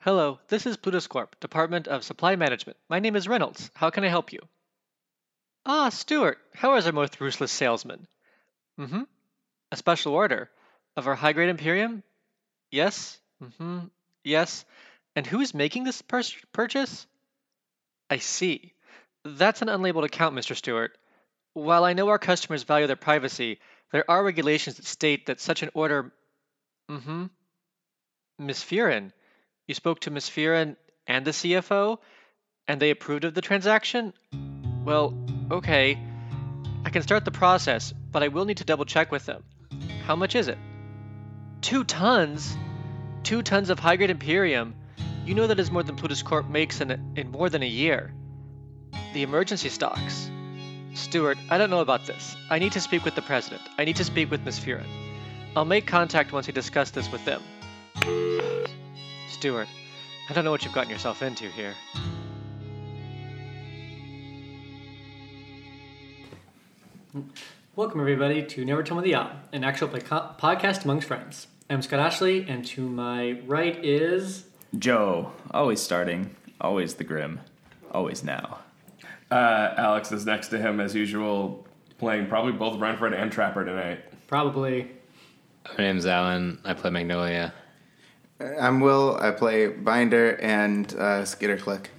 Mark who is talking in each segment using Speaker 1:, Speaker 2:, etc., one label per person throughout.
Speaker 1: Hello, this is Plutus Corp, Department of Supply Management. My name is Reynolds. How can I help you? Ah, Stuart, how is our most ruthless salesman? Mm hmm. A special order? Of our high grade Imperium? Yes. Mm hmm. Yes. And who is making this pur- purchase? I see. That's an unlabeled account, Mr. Stewart. While I know our customers value their privacy, there are regulations that state that such an order. Mm hmm. Miss Fearon, you spoke to Miss Fearon and the CFO, and they approved of the transaction? Well, okay. I can start the process, but I will need to double check with them. How much is it? Two tons? Two tons of high grade Imperium? You know that is more than Plutus Corp makes in, a, in more than a year. The emergency stocks. Stuart, I don't know about this. I need to speak with the president. I need to speak with Miss Furin. I'll make contact once I discuss this with them. Stuart, I don't know what you've gotten yourself into here.
Speaker 2: Welcome, everybody, to Never Tell Me the Yacht, an actual play co- podcast amongst friends. I'm Scott Ashley, and to my right is.
Speaker 3: Joe, always starting, always the grim, always now.
Speaker 4: Uh, Alex is next to him as usual, playing probably both Renford and Trapper tonight.
Speaker 2: Probably.
Speaker 5: My name's Alan. I play Magnolia.
Speaker 6: I'm Will. I play Binder and uh, Skitter Click.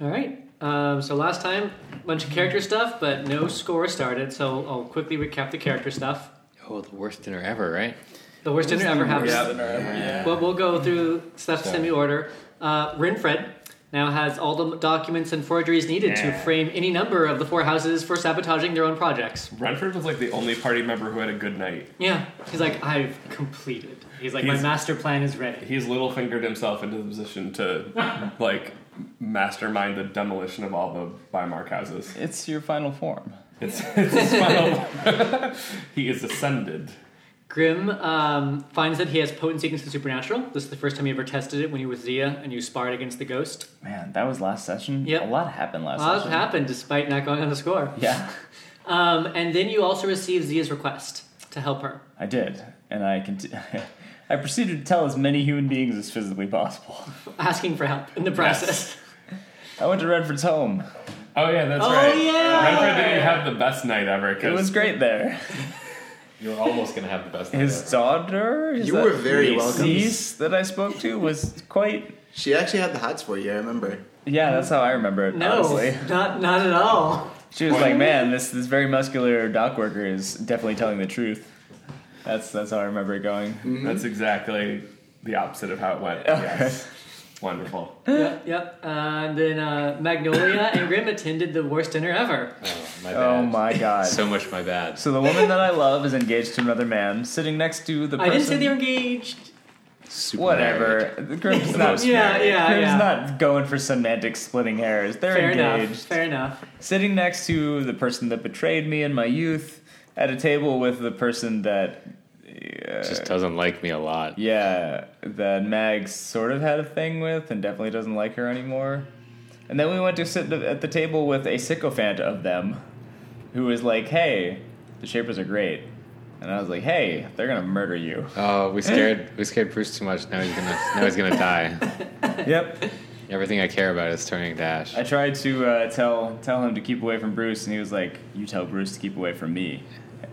Speaker 2: All right. Um, so last time, bunch of character stuff, but no score started. So I'll quickly recap the character stuff.
Speaker 5: Oh, the worst dinner ever, right?
Speaker 2: The worst dinner ever happened. But we'll go through stuff semi order. Uh, Rinfred now has all the documents and forgeries needed to frame any number of the four houses for sabotaging their own projects.
Speaker 4: Renford was like the only party member who had a good night.
Speaker 2: Yeah, he's like, I've completed. He's like, my
Speaker 4: He's-
Speaker 2: master plan is ready.
Speaker 4: He's little fingered himself into the position to like mastermind the demolition of all the Bymark houses.
Speaker 3: It's your final form.
Speaker 4: It's, it's his final. he is ascended.
Speaker 2: Grim um, finds that he has potent sequence of supernatural. This is the first time he ever tested it when he was Zia and you sparred against the ghost.
Speaker 3: Man, that was last session.
Speaker 2: Yep.
Speaker 3: A lot happened last
Speaker 2: A lot
Speaker 3: session.
Speaker 2: happened despite not going on the score.
Speaker 3: yeah,
Speaker 2: Um, and then you also receive Zia's request to help her.
Speaker 3: I did. And I conti- I proceeded to tell as many human beings as physically possible.
Speaker 2: asking for help in the process.
Speaker 3: I went to Redford's home.
Speaker 4: Oh yeah, that's
Speaker 2: Oh,
Speaker 4: right.
Speaker 2: yeah!
Speaker 4: Renford didn't have the best night ever
Speaker 3: It was
Speaker 4: because
Speaker 3: great there.
Speaker 5: You're almost gonna have the best.
Speaker 3: His daughter, is
Speaker 6: You
Speaker 3: that
Speaker 6: were very
Speaker 3: niece-
Speaker 6: welcome.
Speaker 3: niece that I spoke to was quite.
Speaker 6: She actually had the hots for you. I remember.
Speaker 3: Yeah, that's how I remember it.
Speaker 2: No,
Speaker 3: honestly.
Speaker 2: not not at all.
Speaker 3: She was like, "Man, this this very muscular dock worker is definitely telling the truth." That's that's how I remember it going.
Speaker 4: that's exactly the opposite of how it went. Yes. Wonderful.
Speaker 2: yep, yep. Uh, and then uh, Magnolia and Grim attended the worst dinner ever.
Speaker 5: Oh my bad.
Speaker 3: Oh my god! So,
Speaker 5: So much my bad.
Speaker 3: the woman that I love is engaged to another man, sitting next to the
Speaker 2: I
Speaker 3: person.
Speaker 2: didn't say they were engaged.
Speaker 5: Super
Speaker 3: whatever. Grim's not.
Speaker 5: most-
Speaker 2: Yeah, yeah,
Speaker 5: married.
Speaker 2: yeah.
Speaker 3: Grim's not going for semantic splitting hairs. They're
Speaker 2: Fair
Speaker 3: engaged.
Speaker 2: enough. Fair enough.
Speaker 3: Sitting next to the person that betrayed me in my youth, at a table with the person that. uh,
Speaker 5: Just doesn't like me a lot.
Speaker 3: Yeah, that Mag sort of had a thing with and definitely doesn't like her anymore. And then we went to sit at the table with a sycophant of them who was like, hey, the Shapers are great. And I was like, hey, they're gonna murder you.
Speaker 5: Oh,
Speaker 3: Eh.
Speaker 5: we scared we scared Bruce too much. Now he's gonna now he's gonna die.
Speaker 3: yep.
Speaker 5: Everything I care about is turning to ash.
Speaker 3: I tried to uh, tell tell him to keep away from Bruce, and he was like, you tell Bruce to keep away from me.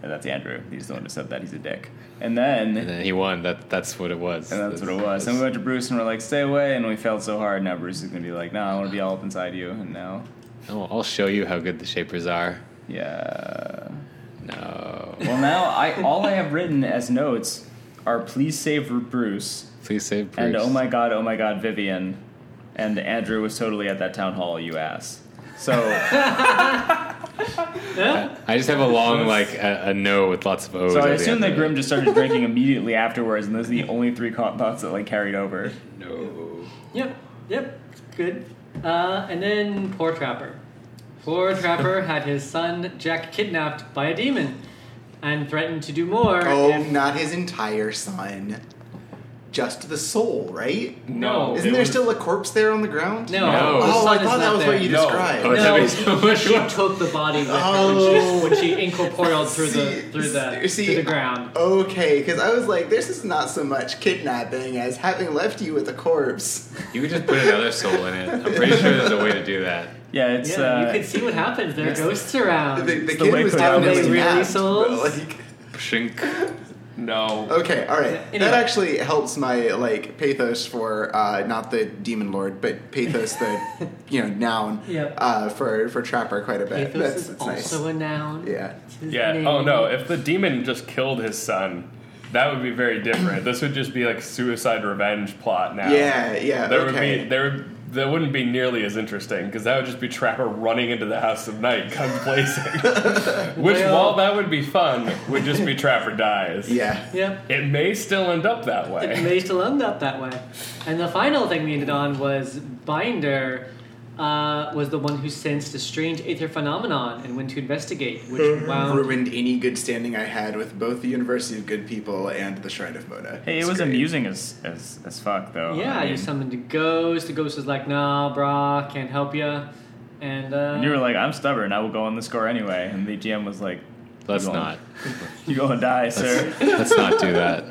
Speaker 3: And that's Andrew. He's the one who said that. He's a dick. And then.
Speaker 5: And then he won. That that's what it was.
Speaker 3: And that's what it was. And we went to Bruce and we're like, stay away. And we failed so hard. Now Bruce is going to be like, no, I want to be all up inside you. And now,
Speaker 5: Oh, I'll show you how good the shapers are.
Speaker 3: yeah.
Speaker 5: No.
Speaker 3: Well, now I all I have written as notes are please save Bruce
Speaker 5: Please save Bruce.
Speaker 3: and oh my god, oh my god, Vivian. And Andrew was totally at that town hall, you ass. So,
Speaker 5: I just have a long like a, a no with lots of O's.
Speaker 3: so
Speaker 5: at
Speaker 3: I
Speaker 5: the
Speaker 3: assume
Speaker 5: end
Speaker 3: that
Speaker 5: of
Speaker 3: Grim
Speaker 5: it.
Speaker 3: just started drinking immediately afterwards, and those are the only three co- thoughts that like carried over.
Speaker 5: No.
Speaker 2: Yep, yep. Good. Uh, and then poor Trapper. Poor Trapper had his son Jack kidnapped by a demon and threatened to do more.
Speaker 6: Oh,
Speaker 2: if
Speaker 6: not his entire son. just the soul, right?
Speaker 2: No.
Speaker 6: Isn't
Speaker 4: it
Speaker 6: there
Speaker 4: was-
Speaker 6: still a corpse there on the ground?
Speaker 2: No.
Speaker 5: No.
Speaker 2: the
Speaker 6: Oh,
Speaker 2: sun
Speaker 6: I
Speaker 2: is
Speaker 6: thought that
Speaker 2: not
Speaker 6: was
Speaker 2: there.
Speaker 6: what you
Speaker 4: No.
Speaker 6: described.
Speaker 5: Oh, that'd be
Speaker 2: No,
Speaker 5: so much
Speaker 2: she
Speaker 5: fun.
Speaker 2: took the body with
Speaker 6: Oh.
Speaker 2: her when she, when she incorporealed through the
Speaker 6: See-
Speaker 2: through the
Speaker 6: see-
Speaker 2: through the ground.
Speaker 6: Okay, because I was like, this is not so much kidnapping as having left you with a corpse.
Speaker 5: You could just put another soul in it. I'm pretty sure there's a way to do that.
Speaker 3: Yeah, it's
Speaker 2: Yeah,
Speaker 3: uh,
Speaker 2: you could see what happens. There are ghosts around.
Speaker 6: The, the
Speaker 3: the
Speaker 6: kid
Speaker 3: way
Speaker 6: was
Speaker 3: Kodak
Speaker 6: down
Speaker 3: is.
Speaker 6: really
Speaker 3: They
Speaker 2: really
Speaker 6: napped,
Speaker 2: souls?
Speaker 6: but, like,
Speaker 5: Shink.
Speaker 4: No.
Speaker 6: okay, all right.
Speaker 2: Anyway.
Speaker 6: That actually helps my like pathos for uh, not the demon lord, but pathos the you know noun
Speaker 2: Yep.
Speaker 6: uh, for for trapper quite a bit.
Speaker 2: Athos
Speaker 6: that's
Speaker 2: is
Speaker 6: that's
Speaker 2: also
Speaker 6: nice.
Speaker 2: a noun.
Speaker 6: yeah.
Speaker 2: It's his
Speaker 4: Yeah.
Speaker 2: name.
Speaker 4: Oh no. If the demon just killed his son, that would be very different. this would just be like suicide revenge plot now.
Speaker 6: Yeah, yeah,
Speaker 4: There would
Speaker 6: okay.
Speaker 4: be there. That wouldn't be nearly as interesting because that would just be Trapper running into the house of night, gun blazing. Which,
Speaker 2: Well-
Speaker 4: while that would be fun, would just be Trapper dies.
Speaker 6: Yeah.
Speaker 2: Yep.
Speaker 4: It may still end up that
Speaker 2: It
Speaker 4: way.
Speaker 2: may still end up that way. And the final thing we ended on was Binder uh, was the one who sensed a strange aether phenomenon and went to investigate, which
Speaker 4: Uh-huh.
Speaker 6: Mm-hmm.
Speaker 2: wound
Speaker 6: Ruined any good standing I had with both the University of Good People and the Shrine of Mona.
Speaker 3: Hey, it
Speaker 6: It's
Speaker 3: was
Speaker 6: great.
Speaker 3: amusing as, as as fuck though.
Speaker 2: Yeah,
Speaker 3: I
Speaker 2: you
Speaker 3: mean,
Speaker 2: summoned a ghost. The ghost was like, "Nah, brah, can't help ya." And uh,
Speaker 3: you were like, I'm stubborn. I will go on the score anyway. And the GM was like,
Speaker 5: Let's
Speaker 3: You won't.
Speaker 5: not.
Speaker 3: You go and die, sir.
Speaker 5: Let's not do that.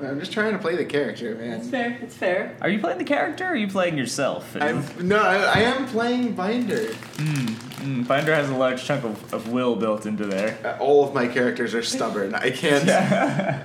Speaker 6: I'm just trying to play the character,
Speaker 2: it's
Speaker 6: man.
Speaker 2: fair. It's fair.
Speaker 3: Are you playing the character? or Are you playing yourself?
Speaker 6: I'm, no, I, I am playing Binder.
Speaker 3: Mm, Binder has a large chunk of, of will built into there.
Speaker 6: Uh, All of my characters are stubborn. I can't.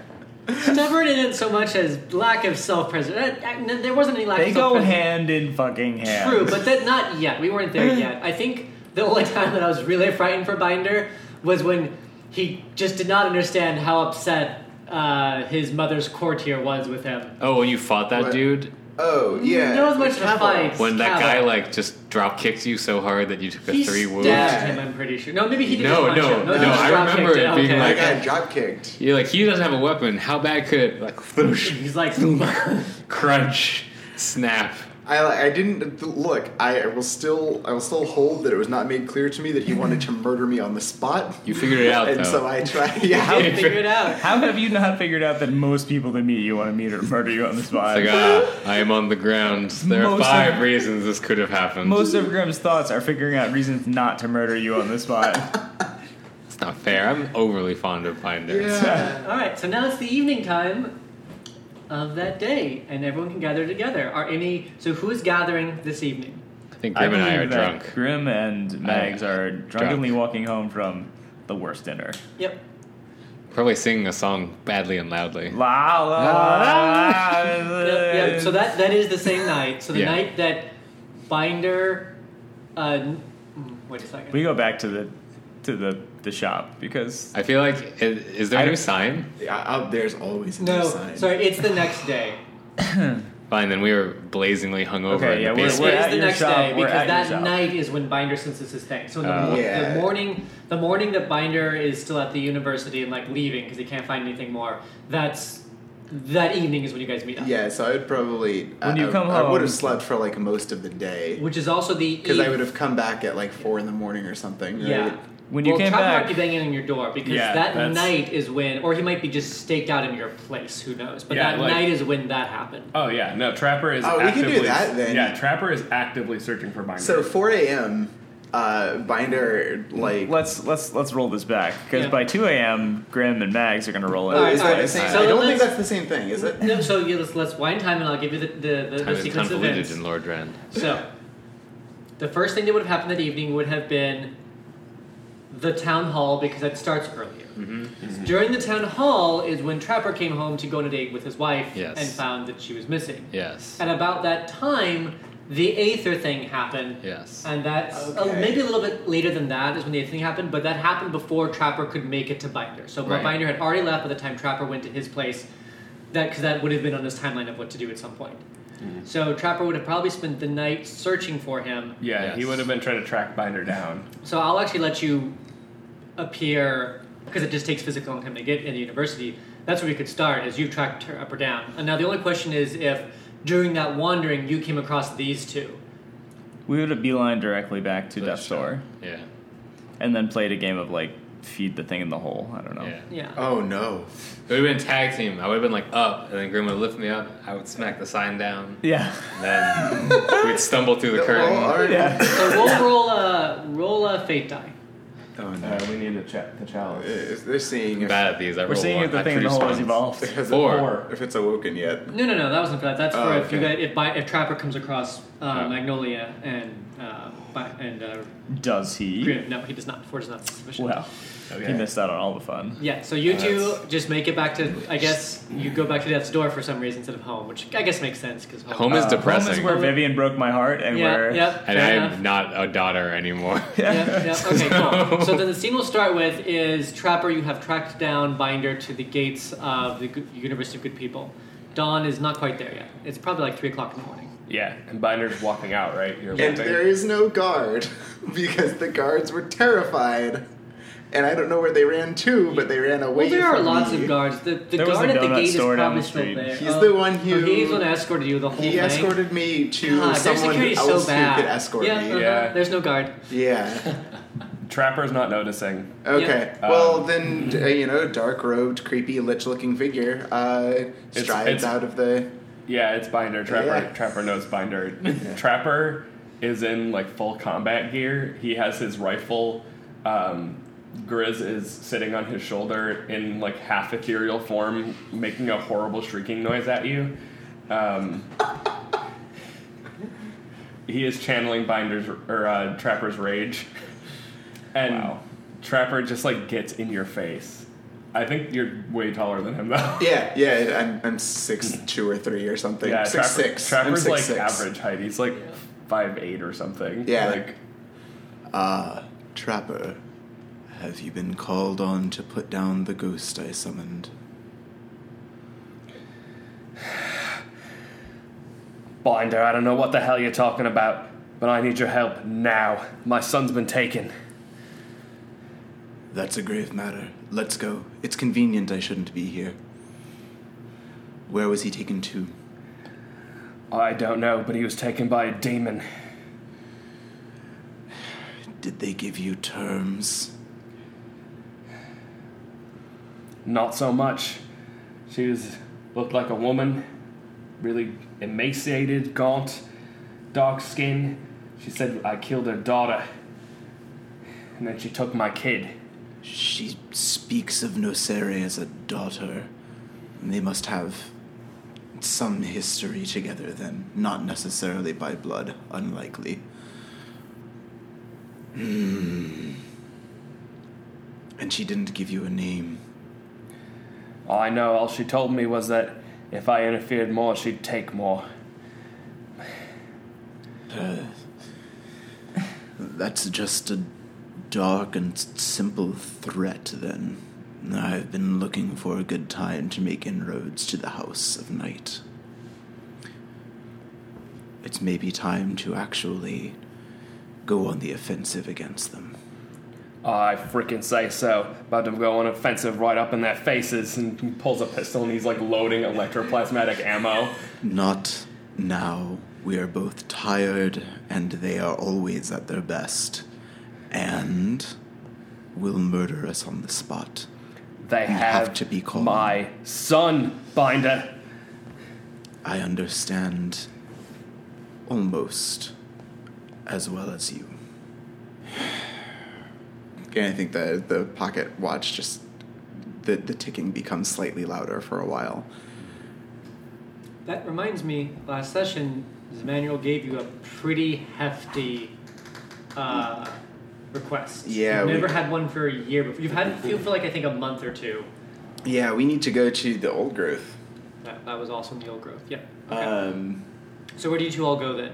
Speaker 2: Stubborn isn't so much as lack of self-preservation. Uh, There wasn't any lack
Speaker 3: They
Speaker 2: of
Speaker 3: go
Speaker 2: self-preservation.
Speaker 3: hand in fucking hand.
Speaker 2: True, but that not yet. We weren't there yet. I think the only time that I was really frightened for Binder was when he just did not understand how upset uh, his mother's courtier was with him.
Speaker 5: Oh, when you fought that
Speaker 6: What?
Speaker 5: dude,
Speaker 6: Oh, yeah.
Speaker 2: Not as much
Speaker 6: the
Speaker 2: of a
Speaker 6: cavalry.
Speaker 2: fight.
Speaker 5: when that guy
Speaker 2: Cavalier.
Speaker 5: like just drop kicked you so hard that you took a
Speaker 2: He
Speaker 5: three wound.
Speaker 2: stabbed him. I'm pretty sure. No, maybe he didn't.
Speaker 5: No,
Speaker 2: punch
Speaker 5: no,
Speaker 2: him. he
Speaker 6: no,
Speaker 2: just
Speaker 6: I
Speaker 2: drop-kicked
Speaker 5: remember it
Speaker 2: him.
Speaker 5: being
Speaker 2: Okay.
Speaker 6: I
Speaker 5: like-
Speaker 6: got job kicked.
Speaker 5: You're like he doesn't have a weapon. How bad could it like floosh,
Speaker 2: He's like, yeah,
Speaker 5: crunch, snap?
Speaker 6: I, I didn't look. I will still. I will still hold that it was not made clear to me that he wanted to murder me on the spot.
Speaker 5: You figured it out
Speaker 6: and
Speaker 5: though.
Speaker 6: so I tried. Yeah.
Speaker 2: figure it out.
Speaker 3: How have you not figured out that most people that meet you want to meet or murder you on the spot?
Speaker 5: It's like, ah, I am on the ground. There are
Speaker 3: Most of-
Speaker 5: five reasons this could have happened.
Speaker 3: most of Grimm's thoughts are figuring out reasons not to murder you on the spot.
Speaker 5: It's not fair. I'm overly fond of Binder.
Speaker 6: yeah.
Speaker 2: All right, so now it's the evening time of that day, and everyone can gather together. Are any? So who is gathering this evening?
Speaker 5: I think Grim and I
Speaker 3: believe
Speaker 5: are
Speaker 3: that
Speaker 5: drunk.
Speaker 3: Grim and Mags
Speaker 5: I-
Speaker 3: are drunkenly walking home from the worst dinner.
Speaker 2: Yep.
Speaker 5: Probably singing a song badly and loudly.
Speaker 3: La la la. la.
Speaker 2: Yep, yep. So that that is the same night. So the
Speaker 5: Yeah.
Speaker 2: night that Binder. Uh, n- mm, wait a second.
Speaker 3: we go back to the to the the shop because
Speaker 5: I feel like i- is there a
Speaker 3: I-
Speaker 5: new sign?
Speaker 6: Yeah, Out there's always a
Speaker 2: no,
Speaker 6: new sign.
Speaker 2: sorry, it's the next day.
Speaker 5: Fine, then we were blazingly hungover.
Speaker 3: Okay,
Speaker 5: in
Speaker 3: yeah,
Speaker 5: the
Speaker 3: we're-
Speaker 5: basement.
Speaker 2: it is
Speaker 3: at
Speaker 2: the
Speaker 3: your
Speaker 2: next
Speaker 3: shop,
Speaker 2: day
Speaker 3: we're
Speaker 2: because
Speaker 3: at your
Speaker 2: that
Speaker 3: shop.
Speaker 2: night is when Binder senses his thing. So in the,
Speaker 5: Oh.
Speaker 2: mor-
Speaker 6: Yeah.
Speaker 2: the morning, the morning that Binder is still at the university and like leaving because he can't find anything more. That's that evening is when you guys meet up.
Speaker 6: Yeah, so I would probably.
Speaker 3: When you
Speaker 6: I,
Speaker 3: come
Speaker 6: I would
Speaker 3: home-
Speaker 6: have slept for like most of the day
Speaker 2: Which is also the
Speaker 6: because I would
Speaker 2: eve-
Speaker 6: have come back at like four in the morning or something. Right?
Speaker 2: yeah.
Speaker 3: when you
Speaker 2: well,
Speaker 3: came
Speaker 2: Trapper
Speaker 3: back,
Speaker 2: might be banging on your door because
Speaker 3: Yeah,
Speaker 2: that
Speaker 3: that's-
Speaker 2: night is when, or he might be just staked out in your place. Who knows? But
Speaker 4: Yeah,
Speaker 2: that
Speaker 4: like-
Speaker 2: night is when that happened.
Speaker 4: Oh yeah, no. Trapper is.
Speaker 6: Oh, we can do
Speaker 4: actively,
Speaker 6: that then.
Speaker 4: Yeah, Trapper is actively searching for Binder.
Speaker 6: So 4 a.m. Uh, Binder like
Speaker 3: let's let's let's roll this back because
Speaker 2: Yeah.
Speaker 3: by 2 a.m. Grim and Mags are gonna roll in.
Speaker 2: All right,
Speaker 6: is
Speaker 2: all
Speaker 6: that
Speaker 2: right.
Speaker 6: the same?
Speaker 2: So
Speaker 6: I don't
Speaker 2: let's-
Speaker 6: think that's the same thing, is it?
Speaker 2: No, so yeah, let's, let's wind time, and I'll give you the the, the,
Speaker 5: Time
Speaker 2: the
Speaker 5: is
Speaker 2: sequence of
Speaker 5: convoluted
Speaker 2: events.
Speaker 5: in Lord Rand.
Speaker 2: So, the first thing that would have happened that evening would have been the town hall because that starts earlier. During the town hall is when Trapper came home to go on a date with his wife
Speaker 5: Yes.
Speaker 2: and found that she was missing.
Speaker 5: Yes.
Speaker 2: And about that time, the Aether thing happened.
Speaker 5: Yes.
Speaker 2: And that's uh,
Speaker 6: Okay.
Speaker 2: maybe a little bit later than that is when the Aether thing happened, but that happened before Trapper could make it to Binder. So
Speaker 5: Right.
Speaker 2: Binder had already left by the time Trapper went to his place. That because that would have been on his timeline of what to do at some point. So Trapper would have probably spent the night searching for him.
Speaker 4: yeah, he
Speaker 5: Yes.
Speaker 4: would have been trying to track Binder down.
Speaker 2: So I'll actually let you appear because it just takes physical time to get in the university. That's where we could start, as you've tracked her up or down. And now the only question is if during that wandering you came across these two.
Speaker 3: We would have beeline directly back to
Speaker 5: Let's
Speaker 3: Death's Door
Speaker 5: Yeah.
Speaker 3: and then played a game of like feed the thing in the hole. I don't know.
Speaker 5: Yeah.
Speaker 2: Yeah.
Speaker 6: Oh no.
Speaker 5: It would have been tag team. I would have been like up, and then Grim would lift me up. I would smack the sign down.
Speaker 3: Yeah.
Speaker 5: And then we'd stumble through the curtain.
Speaker 6: Oh, all right.
Speaker 3: Yeah.
Speaker 2: So roll, roll a roll a fate die.
Speaker 6: Oh no.
Speaker 4: Uh, we need to check the
Speaker 5: Oh.
Speaker 4: challenge.
Speaker 6: Is- They're seeing
Speaker 5: I'm
Speaker 6: if,
Speaker 5: bad at these. I
Speaker 3: We're seeing if the thing in the hole has evolved.
Speaker 6: has it-
Speaker 5: Four.
Speaker 6: if it's awoken yet.
Speaker 2: No, no, no. That wasn't for that. That's for
Speaker 6: Oh,
Speaker 2: if you
Speaker 6: okay.
Speaker 2: guys, if by, if Trapper comes across uh,
Speaker 5: Oh.
Speaker 2: Magnolia and uh, by, and uh,
Speaker 3: Does he?
Speaker 2: Green. No, he does not. Four does not. Sufficient.
Speaker 3: Well,
Speaker 5: Okay.
Speaker 3: he missed out on all the fun.
Speaker 2: Yeah, so you two
Speaker 4: that's-
Speaker 2: just make it back to. I guess you go back to death's door for some reason instead of home, which I guess makes sense because home.
Speaker 5: Home is
Speaker 3: Uh, Home
Speaker 5: depressing.
Speaker 3: is where Vivian broke my heart, and
Speaker 2: yeah,
Speaker 3: where
Speaker 2: yep,
Speaker 5: and
Speaker 2: fair
Speaker 5: I'm
Speaker 2: enough.
Speaker 5: not a daughter anymore.
Speaker 2: Yep, yep. Okay, cool. So then the scene we'll start with is Trapper. You have tracked down Binder to the gates of the G- University of Good People. Dawn is not quite there yet. It's probably like three o'clock in the morning.
Speaker 3: yeah.
Speaker 4: And Binder's walking out, right? You're
Speaker 6: And
Speaker 4: leaving.
Speaker 6: there is no guard because the guards were terrified. And I don't know where they ran to, but they ran away.
Speaker 2: Well, there are
Speaker 6: from
Speaker 2: lots
Speaker 6: me.
Speaker 2: of guards. The, the
Speaker 3: There was
Speaker 2: guard
Speaker 3: a
Speaker 2: at the
Speaker 3: donut
Speaker 2: gate is
Speaker 3: store down
Speaker 2: probably
Speaker 3: the
Speaker 2: still
Speaker 3: street.
Speaker 2: there.
Speaker 6: He's
Speaker 2: Oh,
Speaker 6: the one who-
Speaker 2: oh, he's the one who escorted you the whole
Speaker 6: He
Speaker 2: thing.
Speaker 6: escorted me to
Speaker 2: God, their
Speaker 6: someone
Speaker 2: security's
Speaker 6: else
Speaker 2: so bad.
Speaker 6: who could escort
Speaker 2: yeah,
Speaker 6: me.
Speaker 2: uh-huh.
Speaker 4: Yeah.
Speaker 2: There's no guard.
Speaker 6: Yeah.
Speaker 4: Trapper's not noticing.
Speaker 6: Okay.
Speaker 4: Yeah.
Speaker 6: Well,
Speaker 4: Um,
Speaker 6: then d- uh, you know, dark-robed, creepy, lich-looking figure uh, strides
Speaker 4: it's-
Speaker 6: out of the.
Speaker 4: Yeah, it's Binder. Trapper.
Speaker 6: Yeah.
Speaker 4: Trapper knows Binder. Trapper is in like full combat gear. He has his rifle. Um, Grizz is sitting on his shoulder in like half ethereal form, making a horrible shrieking noise at you. Um, he is channeling Binder's or uh, Trapper's rage, and
Speaker 3: Wow.
Speaker 4: Trapper just like gets in your face. I think you're way taller than him though.
Speaker 6: Yeah, yeah. I'm, I'm six, two or three or something.
Speaker 4: Yeah,
Speaker 6: six,
Speaker 4: Trapper-
Speaker 6: six. I'm
Speaker 4: Trapper's
Speaker 6: six,
Speaker 4: like
Speaker 6: six.
Speaker 4: average height. He's like five eight or something.
Speaker 6: Yeah.
Speaker 4: Like
Speaker 6: Ah, Trapper, have you been called on to put down the ghost I summoned?
Speaker 4: Binder, I don't know what the hell you're talking about, but I need your help now. My son's been taken.
Speaker 6: That's a grave matter. Let's go. It's convenient I shouldn't be here. Where was he taken to?
Speaker 4: I don't know, but he was taken by a demon.
Speaker 6: Did they give you terms?
Speaker 4: Not so much. She was looked like a woman, really emaciated, gaunt, dark skin. She said I killed her daughter. And then she took my kid.
Speaker 6: She speaks of Nocere as a daughter. They must have some history together then. Not necessarily by blood, unlikely. Hmm. And she didn't give you a name.
Speaker 4: All I know, all she told me was that if I interfered more, she'd take more.
Speaker 6: Uh, that's just a dark and s- simple threat then. I've been looking for a good time to make inroads to the House of Night. It's maybe time to actually go on the offensive against them.
Speaker 4: I freaking say so. About to go on offensive right up in their faces and he pulls a pistol and he's like loading electroplasmatic ammo.
Speaker 6: Not now. We are both tired, and they are always at their best. And will murder us on the spot.
Speaker 4: They have,
Speaker 6: have to be calm.
Speaker 4: my son, Binder.
Speaker 6: I understand almost as well as you. And I think the the pocket watch just the the ticking becomes slightly louder for a while.
Speaker 2: That reminds me, last session, Emmanuel gave you a pretty hefty uh, request.
Speaker 6: Yeah,
Speaker 2: You've
Speaker 6: we-
Speaker 2: never had one for a year before. You've had a few for like, I think, a month or two.
Speaker 6: Yeah, we need to go to the old growth.
Speaker 2: That, that was also in the old growth. Yeah. Okay.
Speaker 6: Um,
Speaker 2: so where do you two all go then?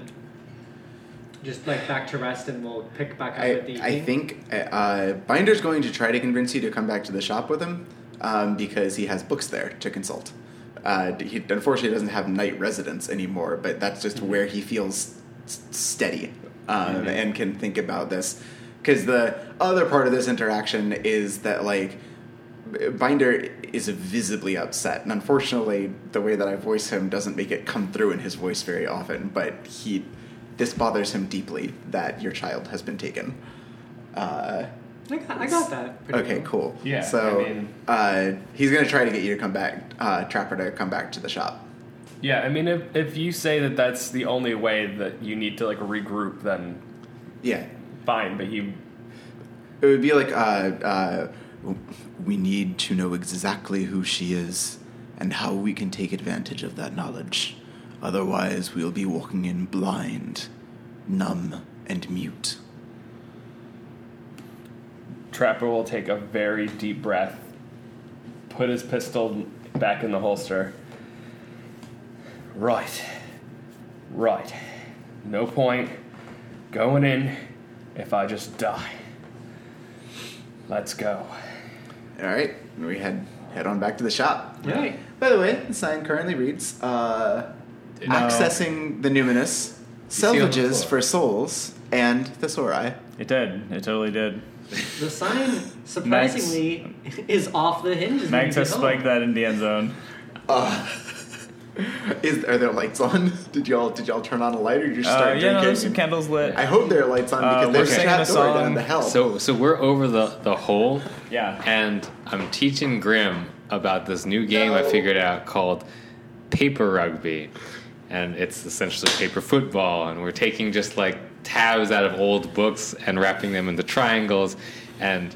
Speaker 2: Just like back to rest and we'll pick back up
Speaker 6: I,
Speaker 2: at the evening?
Speaker 6: I think uh, uh, Binder's going to try to convince you to come back to the shop with him um, because he has books there to consult. Uh, he unfortunately doesn't have night residence anymore, but that's
Speaker 2: Mm-hmm.
Speaker 6: just where he feels s- steady um, and can think about this. Because the other part of this interaction is that, like, Binder is visibly upset, and unfortunately, the way that I voice him doesn't make it come through in his voice very often. But he, this bothers him deeply that your child has been taken. Uh,
Speaker 2: I got, I got that. pretty
Speaker 6: Okay,
Speaker 2: well.
Speaker 6: cool.
Speaker 4: Yeah,
Speaker 6: So
Speaker 4: I mean-
Speaker 6: uh, he's gonna try to get you to come back, uh, Trapper, to come back to the shop.
Speaker 4: Yeah, I mean, if, if you say that that's the only way that you need to like regroup, then
Speaker 6: Yeah,
Speaker 4: fine. But he,
Speaker 6: it would be like uh, uh, we need to know exactly who she is and how we can take advantage of that knowledge. Otherwise, we'll be walking in blind, numb, and mute.
Speaker 4: Trapper will take a very deep breath, put his pistol back in the holster. Right, right. No point going in if I just die. Let's go.
Speaker 6: All right, we head head on back to the shop.
Speaker 2: Right.
Speaker 6: By the way, the sign currently reads uh, accessing the numinous,
Speaker 5: on the
Speaker 6: salvages
Speaker 5: floor.
Speaker 6: for souls, and thesauri.
Speaker 3: It did. It totally did.
Speaker 2: The sign, surprisingly, is off the hinges. when
Speaker 3: Max
Speaker 2: you
Speaker 3: has
Speaker 2: get
Speaker 3: spiked
Speaker 2: home.
Speaker 3: that in the end zone.
Speaker 6: Is are there lights on? Did y'all did y'all turn on a light or did you just
Speaker 3: Uh,
Speaker 6: start
Speaker 3: yeah, no,
Speaker 6: drinking?
Speaker 3: there's some candles lit.
Speaker 6: I hope there are lights on
Speaker 3: Uh,
Speaker 6: because
Speaker 3: we're
Speaker 6: there's a
Speaker 3: singing
Speaker 6: trap
Speaker 3: a
Speaker 6: door down
Speaker 3: song,
Speaker 6: the hell.
Speaker 5: So so we're over the the hole.
Speaker 3: Yeah.
Speaker 5: And I'm teaching Grim about this new game I figured out called paper rugby, and it's essentially paper football. And we're taking just like tabs out of old books and wrapping them into triangles, and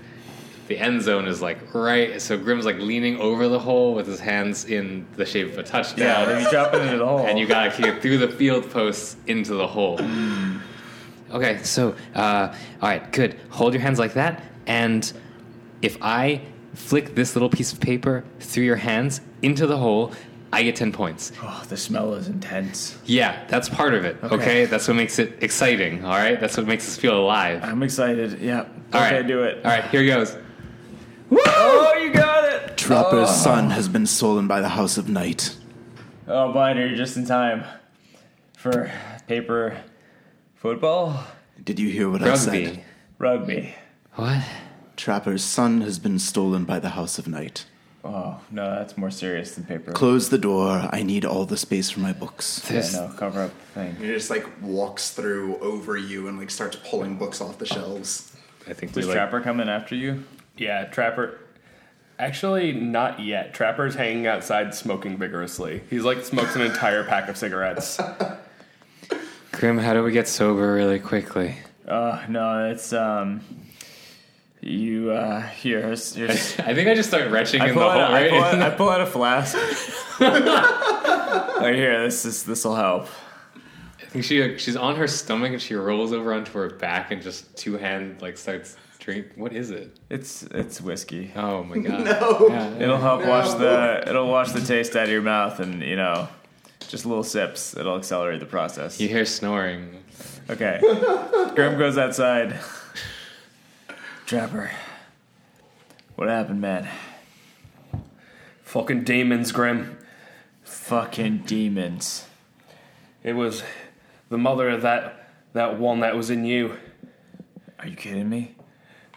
Speaker 5: the end zone is like right. So Grim's like leaning over the hole with his hands in the shape of a
Speaker 3: Yeah,
Speaker 5: touchdown.
Speaker 3: they're dropping it at all.
Speaker 5: and you gotta kick it through the field posts into the hole. Mm. Okay, so uh, all right, good. Hold your hands like that, and if I flick this little piece of paper through your hands into the hole, I get ten points.
Speaker 3: oh, the smell is intense.
Speaker 5: Yeah, that's part of it. Okay,
Speaker 3: Okay.
Speaker 5: that's what makes it exciting. All right, that's what makes us feel alive.
Speaker 3: I'm excited. Yeah.
Speaker 5: All right,
Speaker 3: okay, do it.
Speaker 5: All right, here goes.
Speaker 3: Oh, you got it.
Speaker 6: Trapper's son has been stolen by the House of Night.
Speaker 3: Oh, binder, you're just in time for paper football
Speaker 6: Did you hear what I said?
Speaker 5: Rugby.
Speaker 3: rugby.
Speaker 5: What?
Speaker 6: Trapper's son has been stolen by the House of Night.
Speaker 3: Oh no, that's more serious than paper.
Speaker 6: Close the door. I need all the space for my books.
Speaker 3: yeah,
Speaker 5: There's
Speaker 3: no, cover up thing.
Speaker 6: It just like walks through over you and like starts pulling books off the shelves.
Speaker 5: I think we
Speaker 3: Does
Speaker 5: like.
Speaker 3: Trapper coming after you?
Speaker 4: Yeah, Trapper. Actually, not yet. Trapper's hanging outside smoking vigorously. He's like smokes an entire pack of cigarettes.
Speaker 5: Grim, how do we get sober really quickly?
Speaker 3: Oh no, it's um. You uh, here. Here's, here's
Speaker 5: I think I just start retching
Speaker 3: I
Speaker 5: in
Speaker 3: pull,
Speaker 5: the hole,
Speaker 3: out, a- I,
Speaker 5: right?
Speaker 3: pull out, I pull out a flask. right here, this is this will help.
Speaker 5: I think she like, she's on her stomach and she rolls over onto her back and just two hand like starts drink. What is it?
Speaker 3: It's it's whiskey.
Speaker 5: Oh my god!
Speaker 6: No.
Speaker 5: Yeah,
Speaker 3: It'll help wash the it'll wash the taste out of your mouth, and you know, just little sips. It'll accelerate the process.
Speaker 5: you hear snoring.
Speaker 3: Okay, Grim goes outside. Trapper, what happened, man?
Speaker 4: Fucking demons, Grim.
Speaker 3: Fucking demons.
Speaker 4: It was the mother of that that one that was in you.
Speaker 3: Are you kidding me?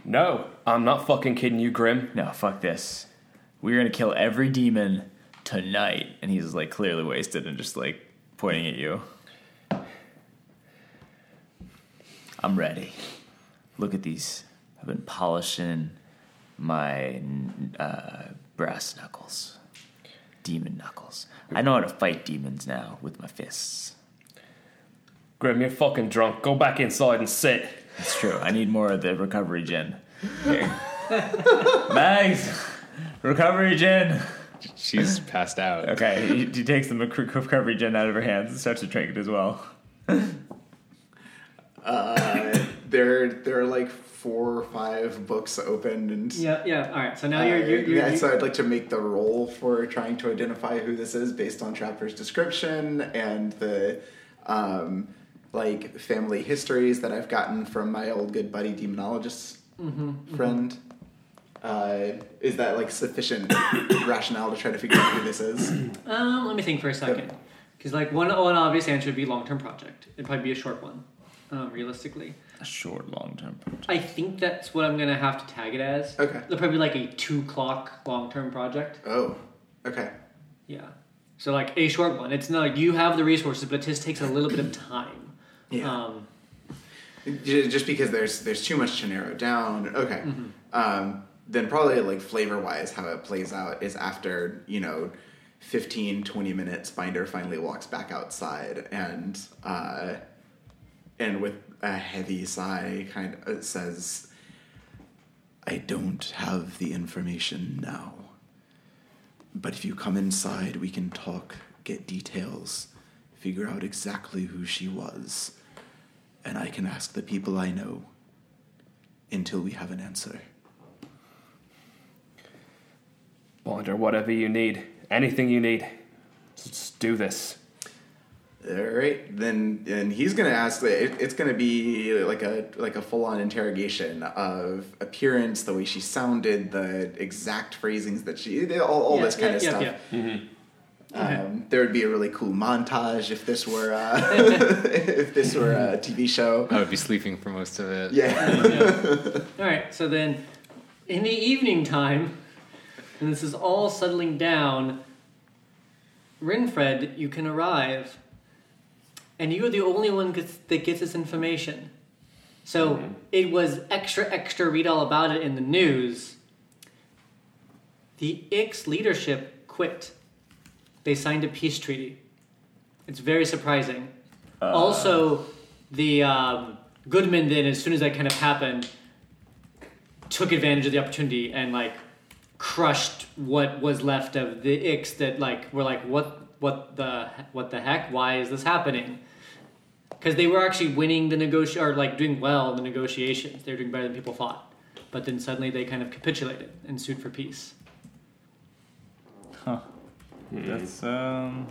Speaker 4: No, I'm not fucking kidding you, Grim.
Speaker 3: No, fuck this. We're gonna kill every demon tonight. And he's like clearly wasted and just like pointing at you. I'm ready. Look at these. I've been polishing my uh, brass knuckles, demon knuckles. I know how to fight demons now with my fists.
Speaker 4: Grim, you're fucking drunk. Go back inside and sit.
Speaker 3: It's true. I need more of the recovery gin. Here. Mags, recovery gin.
Speaker 5: She's passed out.
Speaker 3: Okay, he, he takes the Mc- recovery gin out of her hands and starts to drink it as well.
Speaker 6: Uh, There, there are like four or five books open, and
Speaker 2: Yeah, yeah. All right. So now
Speaker 6: uh,
Speaker 2: you're you're, you're,
Speaker 6: yeah, so I'd like to make the roll for trying to identify who this is based on Trapper's description and the um, like family histories that I've gotten from my old good buddy demonologist
Speaker 2: Mm-hmm,
Speaker 6: friend. Uh, is that like sufficient rationale to try to figure out who this is?
Speaker 2: Um, let me think for a second. Because like one one obvious answer would be long term project. It'd probably be a short one, um, realistically.
Speaker 3: A short, long term.
Speaker 2: I think that's what I'm gonna have to tag it as.
Speaker 6: Okay.
Speaker 2: It'll probably be like a two clock long term project.
Speaker 6: Oh, okay.
Speaker 2: Yeah. So like a short one. It's not like you have the resources, but it just takes a little bit of time.
Speaker 6: Yeah.
Speaker 2: Um,
Speaker 6: J- just because there's there's too much to narrow down. Okay, um, then probably like flavor wise, how it plays out is after you know. 15 20 minutes binder finally walks back outside and uh and with a heavy sigh kind of uh, says i don't have the information now but if you come inside we can talk get details figure out exactly who she was and i can ask the people i know until we have an answer
Speaker 7: Binder, whatever you need, anything you need. Let's do this.
Speaker 6: All right, then, and he's gonna ask. It, it's gonna be like a like a full on interrogation of appearance, the way she sounded, the exact phrasings that she, all, all
Speaker 2: Yeah,
Speaker 6: this kind
Speaker 2: yeah,
Speaker 6: of
Speaker 2: yeah,
Speaker 6: stuff.
Speaker 2: yeah.
Speaker 6: Um, there would be a really cool montage if this were uh, if this were a TV show.
Speaker 5: I would be sleeping for most of it.
Speaker 6: Yeah,
Speaker 2: All right, so then in the evening time, and this is all settling down, Rinfred, you can arrive, and you are the only one gets, that gets this information. So it was extra, extra read all about it in the news. The Ix leadership quit. They signed a peace treaty. It's very surprising. also, the um, Goodman then, as soon as that kind of happened, took advantage of the opportunity and like crushed what was left of the icks that like were like what what the what the heck why is this happening because they were actually winning the negoti or like doing well in the negotiations they were doing better than people thought but then suddenly they kind of capitulated and sued for peace
Speaker 3: Huh.
Speaker 4: Hmm.
Speaker 3: That's um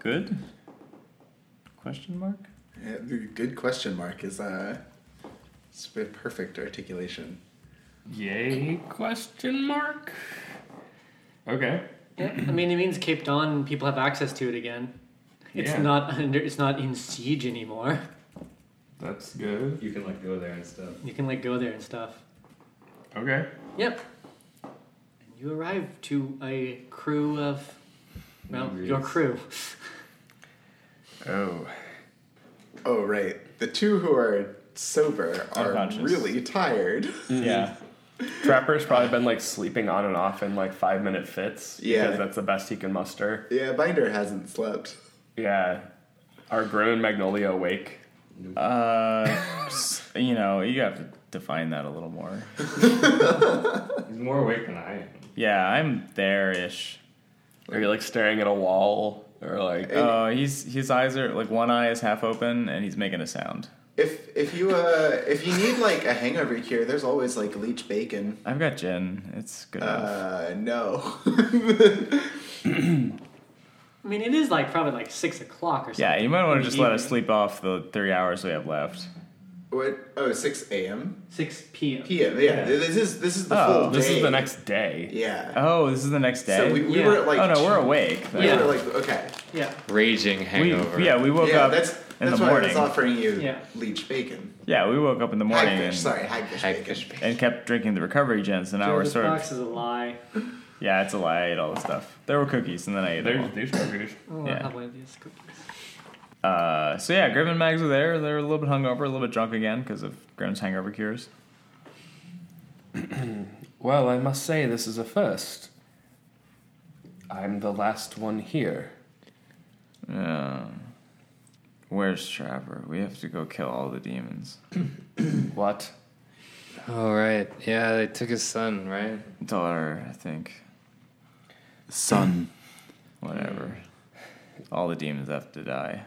Speaker 3: good? Question mark?
Speaker 6: Yeah, good question. Mark is uh, it's a perfect articulation.
Speaker 4: Yay? Question mark. Okay.
Speaker 2: yeah, i mean it means cape dawn people have access to it again it's
Speaker 4: Yeah.
Speaker 2: not under it's not in siege anymore
Speaker 4: That's good.
Speaker 5: You can like go there and stuff.
Speaker 2: you can like go there and stuff
Speaker 4: Okay.
Speaker 2: Yep. And you arrive to a crew of, well, your crew.
Speaker 4: Oh.
Speaker 6: Oh right, the two who are sober are
Speaker 3: Unconscious.
Speaker 6: really tired.
Speaker 4: Hmm.
Speaker 3: Yeah.
Speaker 4: Trapper's probably been like sleeping on and off in like five minute fits.
Speaker 6: Yeah.
Speaker 4: Because that's the best he can muster.
Speaker 6: Yeah, Binder hasn't slept.
Speaker 4: Yeah. Are Grim and Magnolia awake?
Speaker 3: Uh s- you know, you have to define that a little more.
Speaker 5: He's more awake than I am.
Speaker 3: Yeah, I'm there ish.
Speaker 4: Are you like staring at a wall? Or like.
Speaker 3: Oh, he's his eyes are like one eye is half open and he's making a sound.
Speaker 6: If if you uh if you need like a hangover cure, there's always like leech bacon.
Speaker 3: I've got gin. It's good enough.
Speaker 6: Uh no.
Speaker 2: I mean, it is like probably like six o'clock or something.
Speaker 3: Yeah, you might want to just let us
Speaker 2: evening.
Speaker 3: sleep off the three hours we have left.
Speaker 6: what? Oh, 6 a.m.
Speaker 2: Six p.m.
Speaker 6: p.m. Yeah, this is this is the
Speaker 3: Oh,
Speaker 6: full
Speaker 4: this
Speaker 6: day.
Speaker 4: is the next day.
Speaker 6: Yeah.
Speaker 3: Oh, this is the next day.
Speaker 6: So we, we
Speaker 2: Yeah.
Speaker 6: were at like
Speaker 3: oh no, we're
Speaker 6: two-
Speaker 3: awake.
Speaker 6: we
Speaker 2: Yeah.
Speaker 6: were like okay.
Speaker 2: Yeah.
Speaker 5: Raging
Speaker 3: We,
Speaker 5: hangover.
Speaker 3: yeah, we woke
Speaker 6: yeah,
Speaker 3: up
Speaker 6: that's
Speaker 3: in
Speaker 6: that's
Speaker 3: the
Speaker 6: why
Speaker 3: morning.
Speaker 6: I was offering you
Speaker 2: Yeah.
Speaker 6: leech bacon.
Speaker 3: Yeah, we woke up in the morning
Speaker 6: Hagfish,
Speaker 3: and,
Speaker 6: sorry, hagfish,
Speaker 5: Hagfish
Speaker 6: bacon.
Speaker 3: and kept drinking the recovery gins, and now we're
Speaker 2: Joseph
Speaker 3: sort
Speaker 2: Fox
Speaker 3: of
Speaker 2: is a lie.
Speaker 3: yeah, it's a lie. I ate all the stuff. There were cookies, and then I ate them.
Speaker 4: There's, there's cookies.
Speaker 2: Oh,
Speaker 3: Yeah.
Speaker 2: I have one of these cookies.
Speaker 3: all. Uh, so yeah, Grim and Mags were there. They're a little bit hungover, a little bit drunk again because of Grim's hangover cures.
Speaker 7: Well, I must say, this is a first. I'm the last one here.
Speaker 3: Yeah. Um, Where's Trapper? We have to go kill all the demons.
Speaker 7: What?
Speaker 5: All right. Yeah, they took his son, right?
Speaker 3: Daughter, I think.
Speaker 6: Son.
Speaker 3: Whatever. All the demons have to die.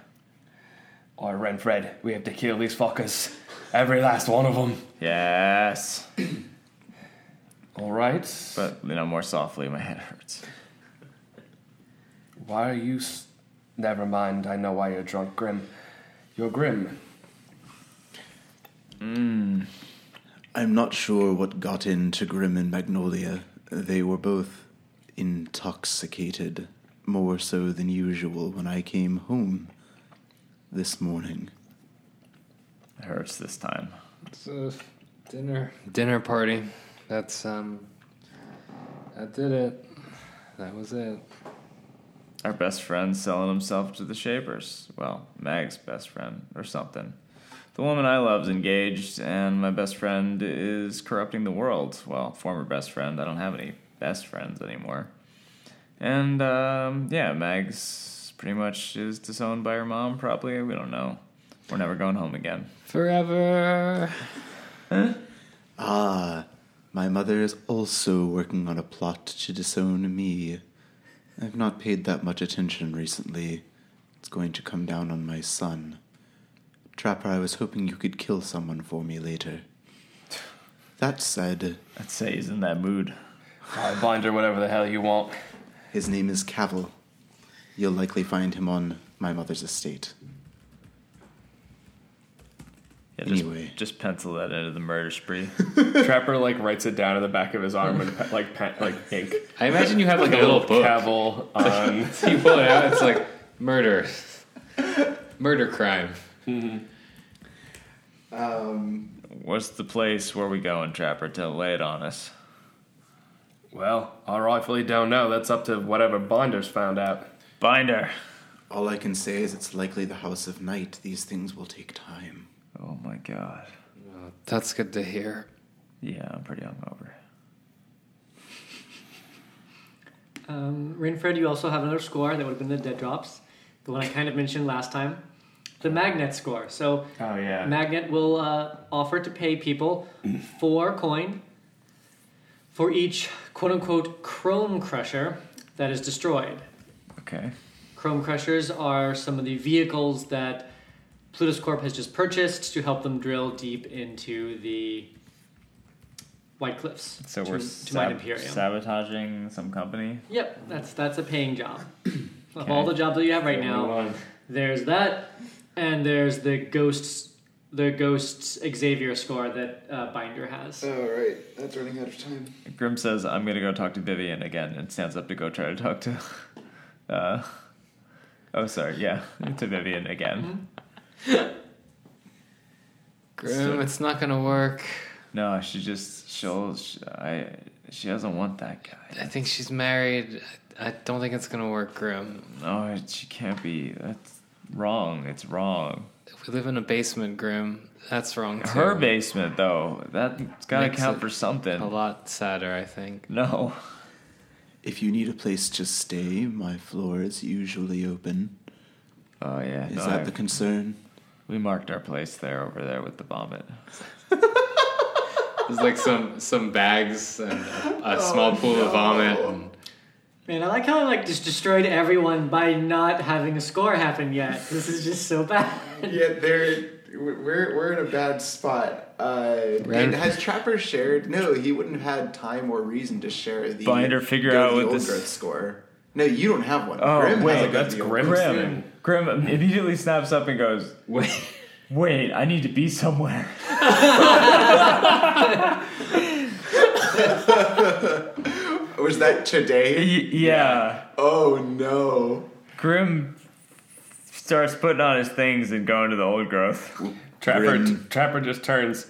Speaker 7: Or Renfred, Oh, we have to kill these fuckers. Every last one of them.
Speaker 3: Yes.
Speaker 7: Alright.
Speaker 3: But you know, more softly. My head hurts.
Speaker 7: Why are you. S- Never mind, I know why you're drunk, Grim. You're Grim.
Speaker 3: Mm,
Speaker 6: I'm not sure what got into Grim and Magnolia. They were both intoxicated, more so than usual when I came home this morning.
Speaker 3: It hurts this time.
Speaker 5: It's a dinner dinner party. That's um. That did it. That was it.
Speaker 3: Our best friend selling himself to the Shapers. Well, Mag's best friend or something. The woman I love is engaged, and my best friend is corrupting the world. Well, former best friend. I don't have any best friends anymore. And um, yeah, Mags pretty much is disowned by her mom. Probably we don't know. We're never going home again.
Speaker 5: Forever.
Speaker 6: Ah, my mother is also working on a plot to disown me. I've not paid that much attention recently. It's going to come down on my son. Trapper, I was hoping you could kill someone for me later. That said,
Speaker 3: I'd say he's in that mood.
Speaker 7: I bind her whatever the hell you want.
Speaker 6: his name is Cavil. You'll likely find him on my mother's estate.
Speaker 3: Yeah, just,
Speaker 6: Anyway.
Speaker 3: just pencil that into the murder spree.
Speaker 4: Trapper like writes it down on the back of his arm and pe- like pen, like ink.
Speaker 5: I imagine you have like a little book.
Speaker 4: Cavil um, on.
Speaker 5: you pull it out. It's like murder, murder crime.
Speaker 6: Um,
Speaker 3: What's the place where we going, Trapper? To lay it on us.
Speaker 4: well, I rightfully don't know. That's up to whatever Binder's found out.
Speaker 3: Binder.
Speaker 6: All I can say is it's likely the House of Night. These things will take time.
Speaker 3: Oh my god.
Speaker 5: That's good to hear.
Speaker 3: Yeah, I'm pretty hungover.
Speaker 2: Um, Rinfred, you also have another score that would have been the dead drops, the one I kind of mentioned last time, the magnet score. So
Speaker 3: Oh yeah.
Speaker 2: magnet will uh, offer to pay people four coin for each quote unquote chrome crusher that is destroyed.
Speaker 3: okay.
Speaker 2: Chrome crushers are some of the vehicles that Plutus Corp has just purchased to help them drill deep into the White Cliffs
Speaker 3: So
Speaker 2: to,
Speaker 3: we're
Speaker 2: to mine
Speaker 3: sab-
Speaker 2: Imperium.
Speaker 3: sabotaging some company.
Speaker 2: Yep, that's that's a paying job. Of all the jobs that you have right now, there's that, and there's the ghosts, the ghosts Xavier score that uh, Binder has.
Speaker 6: All right, that's running out of time.
Speaker 3: Grim says, "I'm gonna go talk to Vivian again," and stands up to go try to talk to. Uh, oh, sorry. Yeah, to Vivian again.
Speaker 5: Grim, it's not gonna work.
Speaker 3: No, she just she'll she, I she doesn't want that guy.
Speaker 5: I think she's married. I I don't think it's gonna work, Grim.
Speaker 3: No, she can't be. That's wrong. It's wrong.
Speaker 5: We live in a basement, Grim. That's wrong too.
Speaker 3: Her basement though. That's gotta
Speaker 5: Makes
Speaker 3: count
Speaker 5: it
Speaker 3: for
Speaker 5: A
Speaker 3: something.
Speaker 5: lot sadder, I think.
Speaker 3: No.
Speaker 6: If you need a place to stay, my floor is usually open.
Speaker 3: Oh yeah.
Speaker 6: Is
Speaker 3: no,
Speaker 6: that
Speaker 3: I-
Speaker 6: the concern?
Speaker 3: we marked our place there over there with the vomit.
Speaker 5: There's like some some bags and a, a small pool of vomit. And
Speaker 2: Man, I like how I like just destroyed everyone by not having a score happen yet. This is just so bad.
Speaker 6: Yeah, they're we're we're in a bad spot. Uh,
Speaker 5: Right.
Speaker 6: and has Trapper shared? No, he wouldn't have had time or reason to share the
Speaker 3: Binder, figure
Speaker 6: go
Speaker 3: out
Speaker 6: to
Speaker 3: what
Speaker 6: the old
Speaker 3: this-
Speaker 6: growth score. No, you don't have one.
Speaker 3: Oh
Speaker 6: Grim has a
Speaker 3: wait,
Speaker 6: go to
Speaker 4: that's
Speaker 6: the old
Speaker 4: Grim.
Speaker 6: growth.
Speaker 3: Grim. Grim immediately snaps up and goes,
Speaker 5: wait,
Speaker 3: "Wait, I need to be somewhere."
Speaker 6: Was that
Speaker 3: Y-
Speaker 6: today?
Speaker 3: yeah.
Speaker 6: Oh no!
Speaker 3: Grim starts putting on his things and going to the old growth.
Speaker 4: Trapper
Speaker 6: Grim.
Speaker 4: Trapper just turns.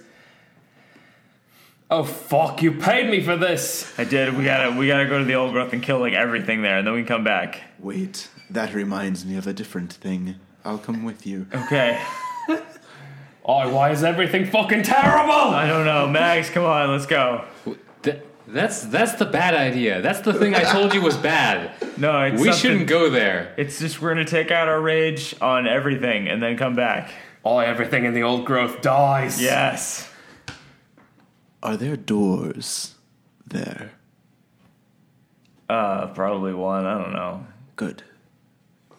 Speaker 4: Oh fuck! You paid me for this.
Speaker 3: I did. We gotta we gotta go to the old growth and kill like everything there, and then we can come back.
Speaker 6: Wait, that reminds me of a different thing. I'll come with you.
Speaker 3: Okay.
Speaker 4: Oh, why is everything fucking terrible?
Speaker 3: I don't know, Max. Come on, let's go.
Speaker 5: Th- that's that's the bad idea. That's the thing I told you was bad.
Speaker 3: No, it's
Speaker 5: We
Speaker 3: something-
Speaker 5: shouldn't go there.
Speaker 3: It's just we're gonna take out our rage on everything and then come back.
Speaker 4: Oh, everything in the old growth dies.
Speaker 3: Yes.
Speaker 6: Are there doors there?
Speaker 3: Uh, probably one. I don't know.
Speaker 6: Good.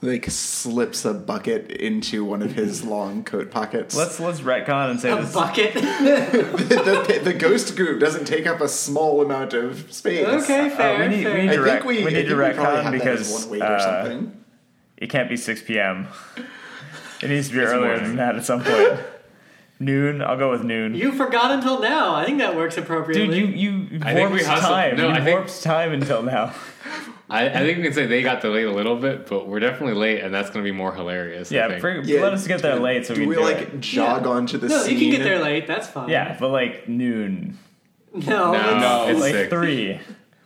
Speaker 6: Like slips a bucket into one of his long coat pockets.
Speaker 3: Let's let's retcon and say
Speaker 6: Oh,
Speaker 2: A
Speaker 3: this. uh,
Speaker 2: bucket.
Speaker 6: the, the ghost group doesn't take up a small amount of space.
Speaker 2: okay,
Speaker 3: Uh,
Speaker 2: fair.
Speaker 3: we need,
Speaker 2: fair.
Speaker 3: we need
Speaker 6: I
Speaker 3: to rec-
Speaker 6: think we,
Speaker 3: we
Speaker 6: I
Speaker 3: need
Speaker 6: think
Speaker 3: to
Speaker 6: we probably
Speaker 3: retcon
Speaker 6: have that as
Speaker 3: because
Speaker 6: one weight or
Speaker 3: uh,
Speaker 6: something.
Speaker 3: It can't be 6 p.m. It needs to be earlier than that at some point. noon. I'll go with noon.
Speaker 2: You forgot until now. I think that works appropriately.
Speaker 3: Dude, you you
Speaker 5: I think we
Speaker 3: warped
Speaker 5: hustled-
Speaker 3: time.
Speaker 5: no,
Speaker 3: you
Speaker 5: I think-
Speaker 3: warped time until now.
Speaker 5: I, I think we can say they got delayed a little bit, but we're definitely late, and that's gonna be more hilarious. I
Speaker 3: Yeah,
Speaker 5: think.
Speaker 3: bring, let us get there
Speaker 6: do-
Speaker 3: late so
Speaker 6: do
Speaker 3: we can
Speaker 6: we
Speaker 3: do
Speaker 6: like
Speaker 3: it.
Speaker 6: jog
Speaker 2: Yeah.
Speaker 6: onto the
Speaker 2: no,
Speaker 6: scene?
Speaker 2: you can get there late. That's fine.
Speaker 3: Yeah, but like noon,
Speaker 2: No.
Speaker 5: No.
Speaker 2: it's-
Speaker 5: It's
Speaker 3: like
Speaker 5: sick.
Speaker 3: three.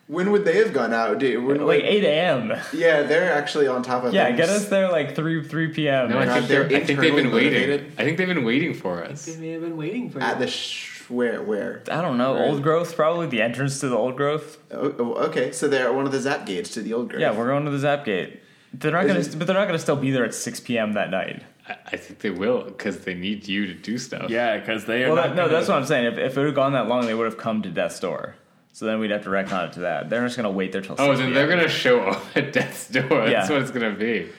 Speaker 6: When would they have gone out? Dude, when,
Speaker 3: Like 8 a.m.
Speaker 6: yeah, they're actually on top of
Speaker 3: Yeah,
Speaker 6: things.
Speaker 3: get us there like 3 3 p.m.
Speaker 5: No, I
Speaker 6: God,
Speaker 5: think,
Speaker 6: they're
Speaker 5: they're, I think they've been
Speaker 6: internally
Speaker 5: waiting.
Speaker 6: motivated.
Speaker 5: I think they've been waiting for us.
Speaker 2: They may have been waiting for
Speaker 6: at
Speaker 2: you.
Speaker 6: the sh- where where.
Speaker 3: I don't know. Old growth, probably the entrance to the old growth.
Speaker 6: Oh, oh, okay, so they're at one of the zap gates to the old grove.
Speaker 3: Yeah, we're going to the Zap Gate. They're not
Speaker 6: Is
Speaker 3: gonna,
Speaker 6: it-
Speaker 3: but they're not gonna still be there at 6 p.m. that night.
Speaker 5: I, I think they will because they need you to do stuff.
Speaker 4: Yeah, because they are
Speaker 3: Well,
Speaker 4: not
Speaker 3: that, no,
Speaker 4: gonna-
Speaker 3: that's what I'm saying. If, if it had gone that long, they would have come to Death's Door. So then we'd have to reckon it to that. They're just gonna wait there till.
Speaker 5: Oh,
Speaker 3: 6
Speaker 5: then
Speaker 3: p.m.
Speaker 5: they're gonna show up at death's door. That's
Speaker 3: Yeah.
Speaker 5: what it's gonna be.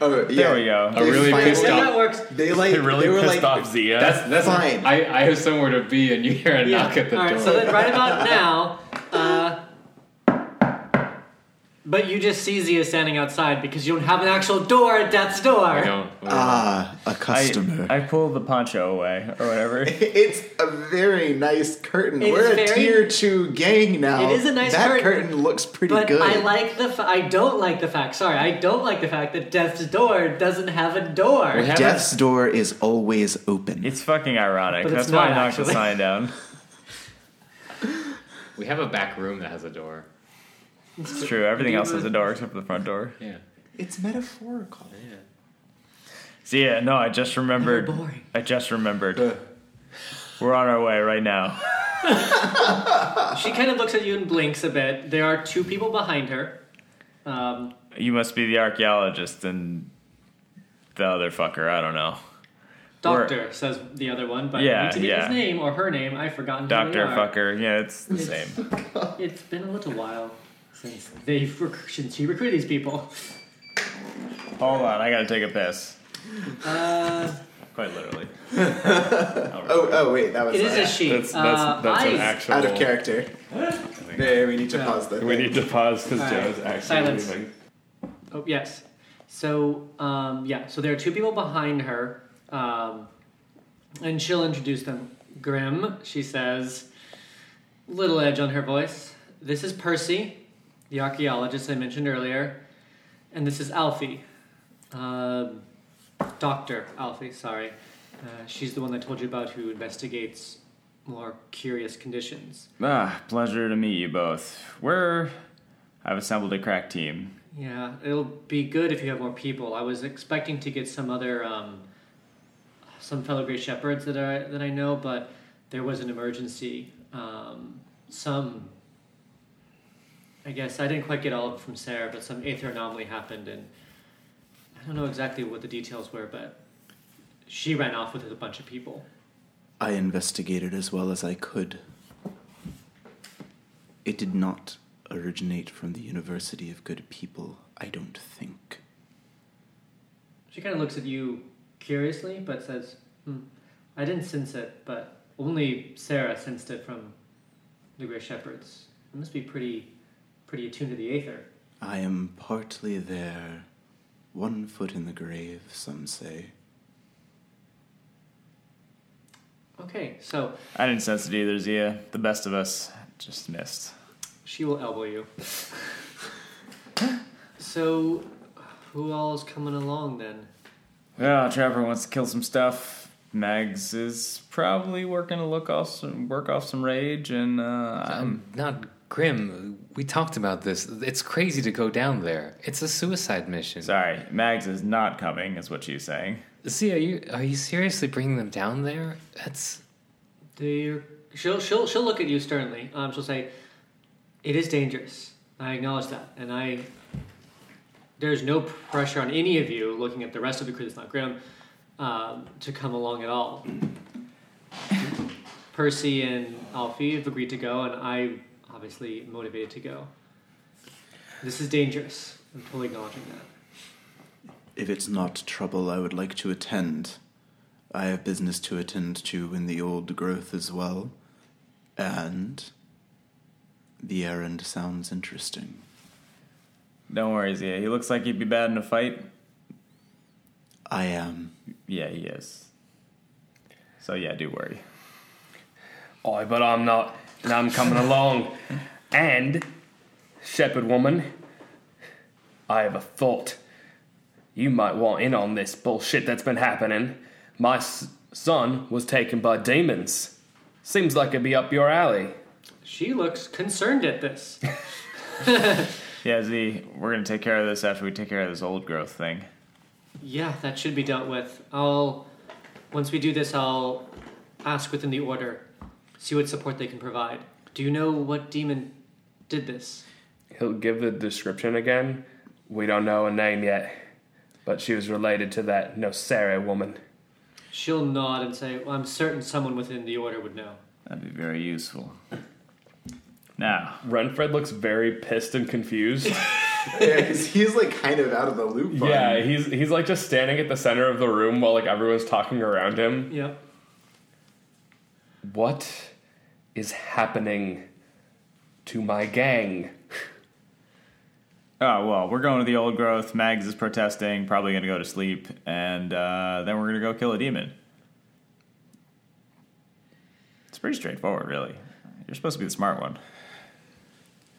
Speaker 6: Oh, yeah.
Speaker 3: we go.
Speaker 5: A really
Speaker 6: finally-
Speaker 5: pissed
Speaker 2: Yeah,
Speaker 5: off-
Speaker 2: that works.
Speaker 6: They like
Speaker 4: They really
Speaker 6: they were
Speaker 4: pissed
Speaker 6: like
Speaker 4: off Zia.
Speaker 5: That's that's
Speaker 6: Fine.
Speaker 5: I, I have somewhere to be, and you hear a knock at the
Speaker 2: All right,
Speaker 5: door.
Speaker 2: so then right about now, uh, but you just see Zia standing outside because you don't have an actual door at Death's
Speaker 5: I
Speaker 2: door.
Speaker 5: don't.
Speaker 6: ah a customer.
Speaker 3: I, I pull the poncho away or whatever.
Speaker 6: it's a very nice curtain.
Speaker 2: It
Speaker 6: we're
Speaker 2: is
Speaker 6: a
Speaker 2: very-
Speaker 6: tier two gang now.
Speaker 2: It is a nice
Speaker 6: that
Speaker 2: curtain,
Speaker 6: curtain. looks pretty
Speaker 2: But
Speaker 6: good.
Speaker 2: I like the. Fa- I don't like the fact. Sorry, I don't like the fact that Death's door doesn't have a
Speaker 5: we
Speaker 2: door.
Speaker 5: haven't-
Speaker 6: Death's door is always open.
Speaker 3: It's fucking ironic.
Speaker 2: But it's
Speaker 3: That's why I
Speaker 2: not,
Speaker 3: knocked
Speaker 2: actually.
Speaker 3: the sign down.
Speaker 5: we have a back room that has a door.
Speaker 3: It's true. Everything else has a door except for the front door.
Speaker 5: Yeah.
Speaker 6: It's metaphorical.
Speaker 3: So yeah, no, I just remembered.
Speaker 2: boring.
Speaker 3: I just remembered. We're on our way right now.
Speaker 2: She kind of looks at you and blinks a bit. There are two people behind her. Um,
Speaker 3: You must be the archaeologist and the other fucker. I don't know.
Speaker 2: doctor says the other one, but I
Speaker 3: Yeah,
Speaker 2: need to get
Speaker 3: yeah.
Speaker 2: his name or her name. I've forgotten. who they
Speaker 3: Doctor
Speaker 2: are.
Speaker 3: fucker. Yeah, it's the same.
Speaker 2: It's been a little while since they rec- since he recruited these people.
Speaker 3: Hold on, I gotta take a piss.
Speaker 2: Uh,
Speaker 3: Quite literally.
Speaker 6: Oh, oh wait, that was
Speaker 2: it is
Speaker 6: uh,
Speaker 2: a she.
Speaker 4: that's, that's,
Speaker 2: uh,
Speaker 4: that's an
Speaker 2: eyes.
Speaker 4: actual.
Speaker 6: out of character. There, we need to pause that.
Speaker 4: We need to pause because
Speaker 2: All
Speaker 4: Joe's
Speaker 2: right.
Speaker 4: actually
Speaker 2: Silence.
Speaker 4: leaving.
Speaker 2: Oh yes. So um, yeah. So there are two people behind her, um, and she'll introduce them. Grim, she says, little edge on her voice. This is Percy, the archaeologist I mentioned earlier, and this is Alfie, um, Doctor Alfie. Sorry, uh, she's the one I told you about who investigates more curious conditions.
Speaker 3: Ah, pleasure to meet you both. We're. I've assembled a crack team.
Speaker 2: Yeah, it'll be good if you have more people. I was expecting to get some other, um, some fellow Great Shepherds that I that I know, but there was an emergency. Um, some, I guess I didn't quite get all of it from Sarah, but some aether anomaly happened, and I don't know exactly what the details were, but she ran off with a bunch of people.
Speaker 6: I investigated as well as I could. It did not originate from the University of Good People, I don't think.
Speaker 2: She kind of looks at you curiously, but says, hmm, I didn't sense it, but only Sarah sensed it from the Grey Shepherds. You must be pretty, pretty attuned to the Aether.
Speaker 6: I am partly there, one foot in the grave, some say.
Speaker 2: Okay, so
Speaker 3: I didn't sense it either, Zia. The best of us just missed.
Speaker 2: she will elbow you. so, who all is coming along then?
Speaker 3: Well, Trevor wants to kill some stuff. Mags is probably working to look off some, work off some rage, and uh, I'm
Speaker 5: I'm Um, not grim. We talked about this. It's crazy to go down there. It's a suicide mission.
Speaker 3: sorry. Mags is not coming, is what she's saying.
Speaker 5: See, are you are you seriously bringing them down there? That's
Speaker 2: They're, she'll, she'll, she'll look at you sternly. Um, she'll say, It is dangerous. I acknowledge that. And I. There's no pressure on any of you looking at the rest of the crew that's not Grim um, to come along at all. Percy and Alfie have agreed to go, and I obviously motivated to go. This is dangerous. I'm fully acknowledging that.
Speaker 6: If it's not trouble, I would like to attend. I have business to attend to in the old growth as well. And the errand sounds interesting.
Speaker 3: Don't worry, Zia. He looks like he'd be bad in a fight.
Speaker 6: I am.
Speaker 3: Yeah, he is. So yeah, do worry.
Speaker 7: Aye, but I'm not, and I'm coming along. And, shepherd woman, I have a thought. You might want in on this bullshit that's been happening. My s- son was taken by demons. Seems like it'd be up your alley.
Speaker 2: She looks concerned at this.
Speaker 3: Yeah, Z, we're gonna take care of this after we take care of this old growth thing.
Speaker 2: Yeah, that should be dealt with. I'll once we do this, I'll ask within the order, see what support they can provide. Do you know what demon did this?
Speaker 7: He'll give the description again. We don't know her name yet, but she was related to that Nocera woman.
Speaker 2: She'll nod and say, well, "I'm certain someone within the order would know."
Speaker 3: That'd be very useful. Now,
Speaker 4: Renfred looks very pissed and confused.
Speaker 6: Yeah, 'cause he's like kind of out of the loop. on-
Speaker 4: yeah, he's he's like just standing at the center of the room while like everyone's talking around him.
Speaker 2: Yeah.
Speaker 7: What is happening to my gang?
Speaker 3: oh well, we're going to the old growth. Mags is protesting, probably gonna go to sleep, and uh, then we're gonna go kill a demon. It's pretty straightforward, really. You're supposed to be the smart one.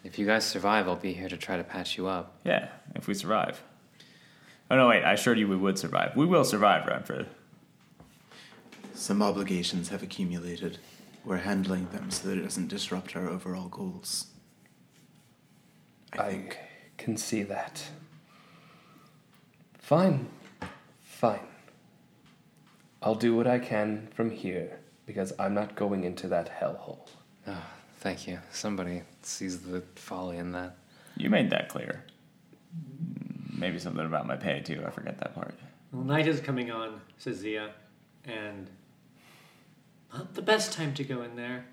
Speaker 5: If you guys survive, I'll be here to try to patch you up.
Speaker 3: Yeah, if we survive. Oh no, wait! I assured you we would survive. We will survive, Renfred.
Speaker 6: Some obligations have accumulated. We're handling them so that it doesn't disrupt our overall goals. I
Speaker 7: I
Speaker 6: think.
Speaker 7: can see that. Fine. Fine. I'll do what I can from here because I'm not going into that hellhole.
Speaker 5: Oh, thank you. Somebody sees the folly in that.
Speaker 3: You made that clear. Maybe something about my pay too. I forget that part.
Speaker 2: Well, night is coming on, says Zia, and not the best time to go in there.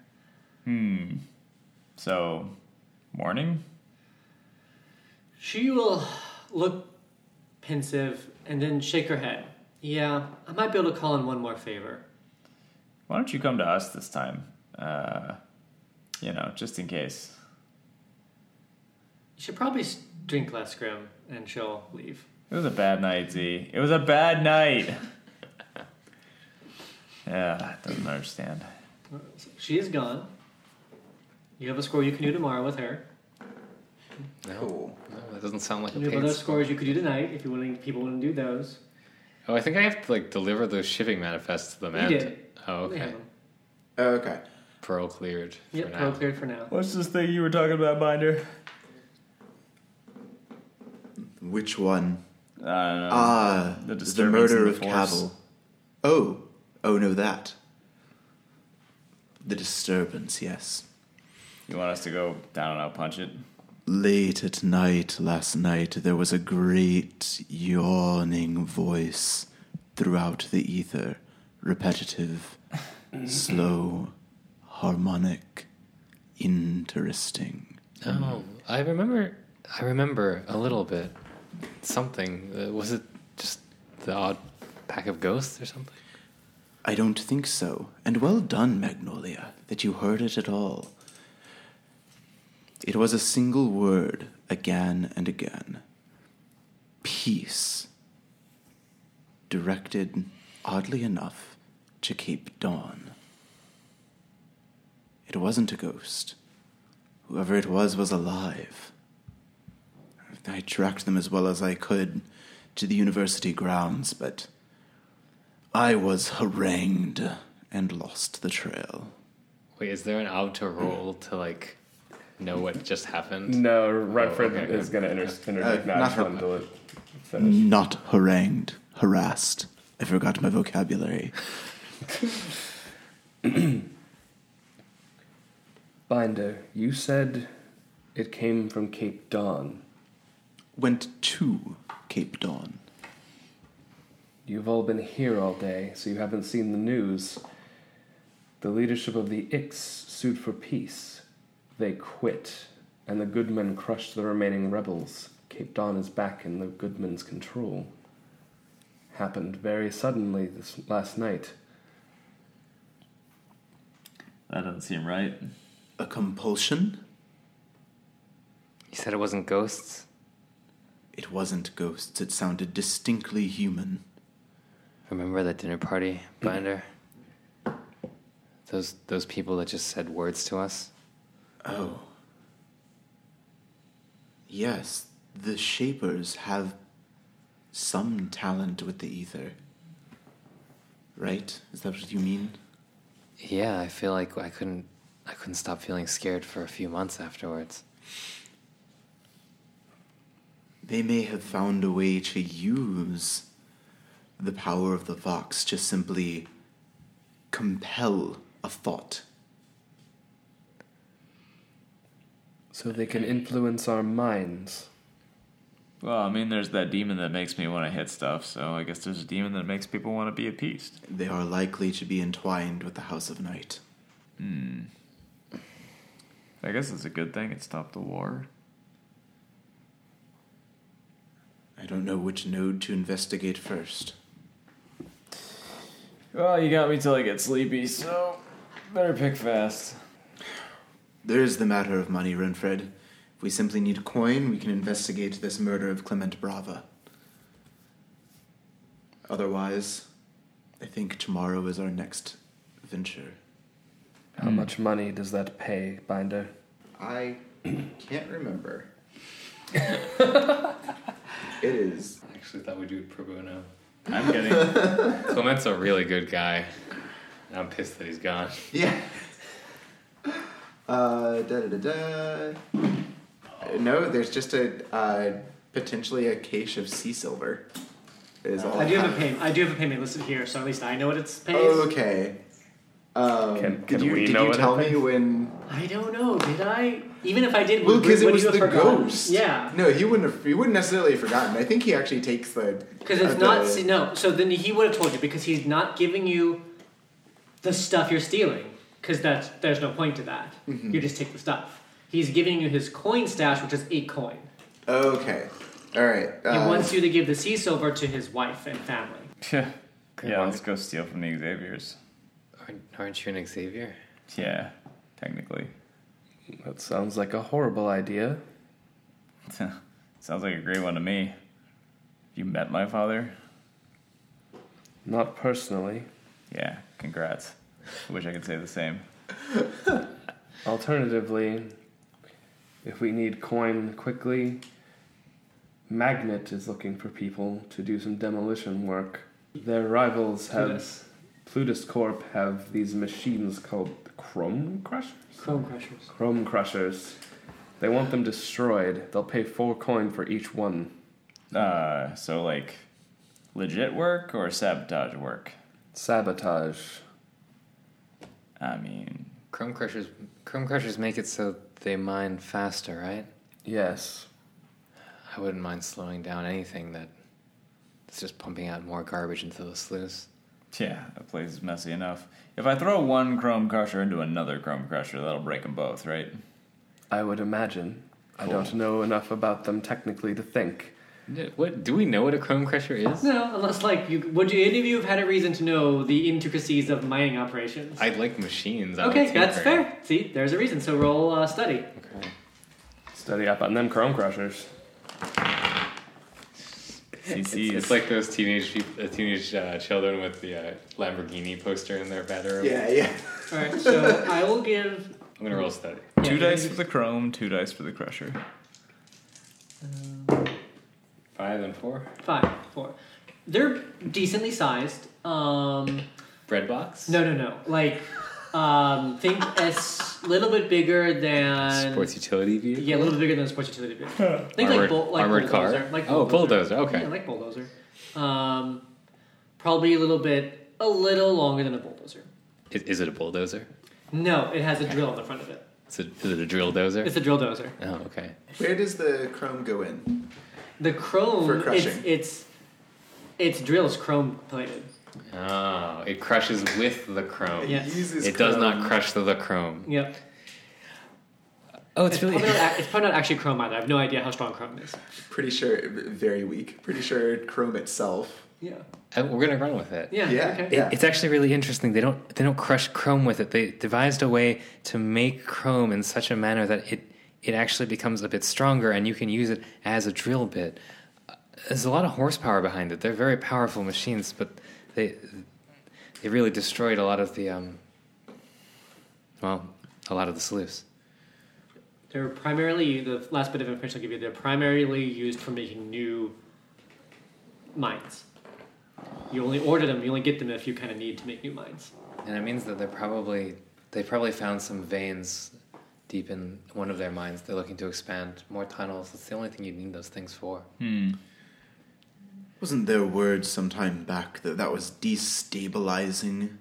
Speaker 3: So, morning.
Speaker 2: She will look pensive and then shake her head. Yeah, I might be able to call in one more favor.
Speaker 3: Why don't you come to us this time? Uh, you know, just in case.
Speaker 2: You should probably s- drink less, Grim, and she'll leave.
Speaker 3: It was a bad night, Z. It was a bad night. yeah, doesn't understand.
Speaker 2: So she is gone. You have a score you can do tomorrow with her.
Speaker 5: No,
Speaker 3: Oh.
Speaker 6: Cool.
Speaker 5: no, that doesn't sound like a
Speaker 2: You have other
Speaker 5: paid. score.
Speaker 2: scores you could do tonight if you want people want to do those.
Speaker 5: Oh, I think I have to like deliver those shipping manifests to the
Speaker 2: You
Speaker 5: man.
Speaker 2: did.
Speaker 5: Oh,
Speaker 2: They have
Speaker 5: okay.
Speaker 2: 'em.
Speaker 6: Okay.
Speaker 5: Pro cleared. for
Speaker 2: Yep,
Speaker 5: now.
Speaker 2: pro cleared for now.
Speaker 3: What's this thing you were talking about, Binder?
Speaker 6: Which one?
Speaker 3: I don't know.
Speaker 6: Ah,
Speaker 3: Um, the
Speaker 6: the,
Speaker 3: disturbance in
Speaker 6: murder
Speaker 3: the
Speaker 6: of
Speaker 3: force.
Speaker 6: Cavil. Oh, oh no, that. The disturbance, yes.
Speaker 3: you want us to go, I don't know, punch it?
Speaker 6: Late at night last night, there was a great yawning voice throughout the ether, repetitive, slow, harmonic, interesting.
Speaker 5: Oh, I remember. I remember a little bit. Something uh, was it? Just the odd pack of ghosts or something?
Speaker 6: I don't think so. And well done, Magnolia, that you heard it at all. It was a single word again and again peace. Directed, oddly enough, to Cape Dawn. It wasn't a ghost. Whoever it was was alive. I tracked them as well as I could to the university grounds, but. I was harangued and lost the trail.
Speaker 5: Wait, is there an outer roll to like know what just happened?
Speaker 4: No, Renfred
Speaker 5: Oh, okay, okay.
Speaker 4: is gonna inter- interject
Speaker 6: Uh,
Speaker 4: now.
Speaker 6: not
Speaker 4: Just
Speaker 6: her-
Speaker 4: let him do it. Finish.
Speaker 6: Not harangued, harassed. I forgot my vocabulary.
Speaker 7: Binder, you said it came from Cape Dawn.
Speaker 6: Went to Cape Dawn.
Speaker 7: You've all been here all day, so you haven't seen the news. The leadership of the Ix sued for peace. They quit, and the Goodmen crushed the remaining rebels. Cape Dawn is back in the Goodmen's control. Happened very suddenly this last night.
Speaker 3: That doesn't seem right.
Speaker 6: A compulsion?
Speaker 5: You said it wasn't ghosts.
Speaker 6: It wasn't ghosts, it sounded distinctly human.
Speaker 5: Remember that dinner party, Binder? Those those people that just said words to us.
Speaker 6: Oh. Yes, the Shapers have some talent with the ether. Right? Is that what you mean?
Speaker 5: Yeah, I feel like I couldn't. I couldn't stop feeling scared for a few months afterwards.
Speaker 6: They may have found a way to use the power of the Vox to simply compel a thought.
Speaker 7: So they can influence our minds.
Speaker 3: Well, I mean, there's that demon that makes me want to hit stuff, so I guess there's a demon that makes people want to be appeased.
Speaker 6: They are likely to be entwined with the House of Night.
Speaker 3: I guess it's a good thing it stopped the war.
Speaker 6: I don't know which node to investigate first.
Speaker 3: Well, you got me till I get sleepy, so better pick fast.
Speaker 6: There is the matter of money, Renfred. If we simply need coin, we can investigate this murder of Clement Brava. Otherwise, I think tomorrow is our next venture.
Speaker 7: How much money does that pay, Binder?
Speaker 6: I can't remember. it is.
Speaker 5: I actually thought we'd do it pro bono.
Speaker 3: I'm getting.
Speaker 5: Clement's a really good guy. And I'm pissed that he's gone.
Speaker 6: Yeah. Uh, da da da da. No, there's just a uh, potentially a cache of sea silver. Is all
Speaker 2: I do have a
Speaker 6: have.
Speaker 2: payment. I do have a payment listed here, so at least I know what it's pays.
Speaker 6: Okay. Um,
Speaker 7: Can-
Speaker 6: did
Speaker 7: can
Speaker 6: you,
Speaker 7: we
Speaker 6: did
Speaker 7: know
Speaker 6: you
Speaker 7: what it
Speaker 6: tell me
Speaker 7: pays?
Speaker 6: when?
Speaker 2: I don't know. Did I? Even if I did, would,
Speaker 6: Well,
Speaker 2: would
Speaker 6: because it
Speaker 2: would
Speaker 6: was
Speaker 2: you
Speaker 6: the
Speaker 2: have forgotten?
Speaker 6: ghost.
Speaker 2: Yeah,
Speaker 6: No, he wouldn't have. He wouldn't necessarily have forgotten. I think he actually takes the.
Speaker 2: because it's
Speaker 6: uh,
Speaker 2: not.
Speaker 6: the-
Speaker 2: See, no, so then he would have told you because he's not giving you the stuff you're stealing. Because that's there's no point to that. You just take the stuff. He's giving you his coin stash, which is eight coin.
Speaker 6: Okay. All right.
Speaker 2: He
Speaker 6: uh,
Speaker 2: wants you to give the sea silver to his wife and family.
Speaker 3: yeah, let's go steal from the Xaviers.
Speaker 5: Aren't, aren't you an Xavier?
Speaker 3: Yeah, technically.
Speaker 7: That sounds like a horrible idea.
Speaker 3: Sounds like a great one to me. You met my father?
Speaker 7: Not personally.
Speaker 3: Yeah, congrats. Wish I could say the same.
Speaker 7: Alternatively, if we need coin quickly, Magnet is looking for people to do some demolition work. Their rivals have
Speaker 2: Plutus.
Speaker 7: Plutus Corp have these machines called Chrome Crushers.
Speaker 2: Chrome crushers.
Speaker 7: Chrome Crushers. They want them destroyed. They'll pay four coin for each one.
Speaker 3: Uh, so like, legit work or sabotage work?
Speaker 7: Sabotage.
Speaker 3: I mean,
Speaker 5: Chrome crushers. Chrome crushers make it so they mine faster, right?
Speaker 7: Yes.
Speaker 5: I wouldn't mind slowing down anything that it's just pumping out more garbage into the sluice.
Speaker 3: yeah, that place is messy enough. If I throw one Chrome Crusher into another Chrome Crusher, that'll break them both, right?
Speaker 7: I would imagine. I don't know enough about them technically to think.
Speaker 5: N- What do we know what a chrome crusher is?
Speaker 2: No, unless like you would you any of you have had a reason to know the intricacies of mining operations?
Speaker 5: I like machines. I'm a
Speaker 2: okay, that's
Speaker 5: tinkerer.
Speaker 2: fair. See, there's a reason. So roll uh, study.
Speaker 7: Study up on them Chrome Crushers.
Speaker 5: It's,
Speaker 3: CCs.
Speaker 5: it's like those teenage peop- uh, teenage uh, children with the uh, Lamborghini poster in their bedroom.
Speaker 6: Yeah, yeah.
Speaker 2: All right, so I will give.
Speaker 5: I'm gonna roll study.
Speaker 2: yeah,
Speaker 3: two
Speaker 2: you
Speaker 3: dice
Speaker 2: can-
Speaker 3: for the Chrome, two dice for the Crusher.
Speaker 5: Five and four.
Speaker 2: Five, four. They're decently sized. Um,
Speaker 5: Bread box.
Speaker 2: no, no, no. Like, um, think a s- little bit bigger than.
Speaker 5: Sports utility view.
Speaker 2: uh, Yeah, a little bit bigger than a sports utility vehicle. Think like,
Speaker 5: Armored-
Speaker 2: bull, like
Speaker 5: armored car?
Speaker 2: bulldozer. Like
Speaker 5: Oh, bulldozer, okay.
Speaker 2: Yeah, like bulldozer. Um, probably a little bit, a little longer than a bulldozer.
Speaker 5: Is, is it a bulldozer?
Speaker 2: No, it has a drill on the front of it.
Speaker 5: Is it, is it a drill dozer?
Speaker 2: It's a drill dozer.
Speaker 5: oh, okay.
Speaker 6: Where does the chrome go in?
Speaker 2: The chrome,
Speaker 6: For crushing.
Speaker 2: it's it's its drills chrome plated.
Speaker 5: Oh, it crushes with the chrome.
Speaker 2: Yes.
Speaker 6: uses
Speaker 5: It does
Speaker 6: chrome.
Speaker 5: not crush the, the chrome.
Speaker 2: Yep.
Speaker 5: Oh,
Speaker 2: It's probably, not, ac- it's probably not actually chrome either. I have no idea how strong chrome is.
Speaker 6: Pretty sure, very weak. Pretty sure chrome itself.
Speaker 2: Yeah.
Speaker 5: Uh, We're gonna run with it.
Speaker 2: Yeah.
Speaker 6: Yeah.
Speaker 2: Okay.
Speaker 5: It- It's actually really interesting. They don't they don't crush chrome with it. They devised a way to make chrome in such a manner that it it actually becomes a bit stronger, and you can use it as a drill bit. Uh, There's a lot of horsepower behind it. They're very powerful machines, but they they really destroyed a lot of the um well a lot of the sleuths.
Speaker 2: They're primarily the last bit of information I'll give you. They're primarily used for making new mines. You only order them. You only get them if you kind of need to make new mines.
Speaker 5: And it means that they're probably they probably found some veins deep in one of their minds, they're looking to expand more tunnels. That's the only thing you need those things for.
Speaker 6: Wasn't there word some time back that that was destabilizing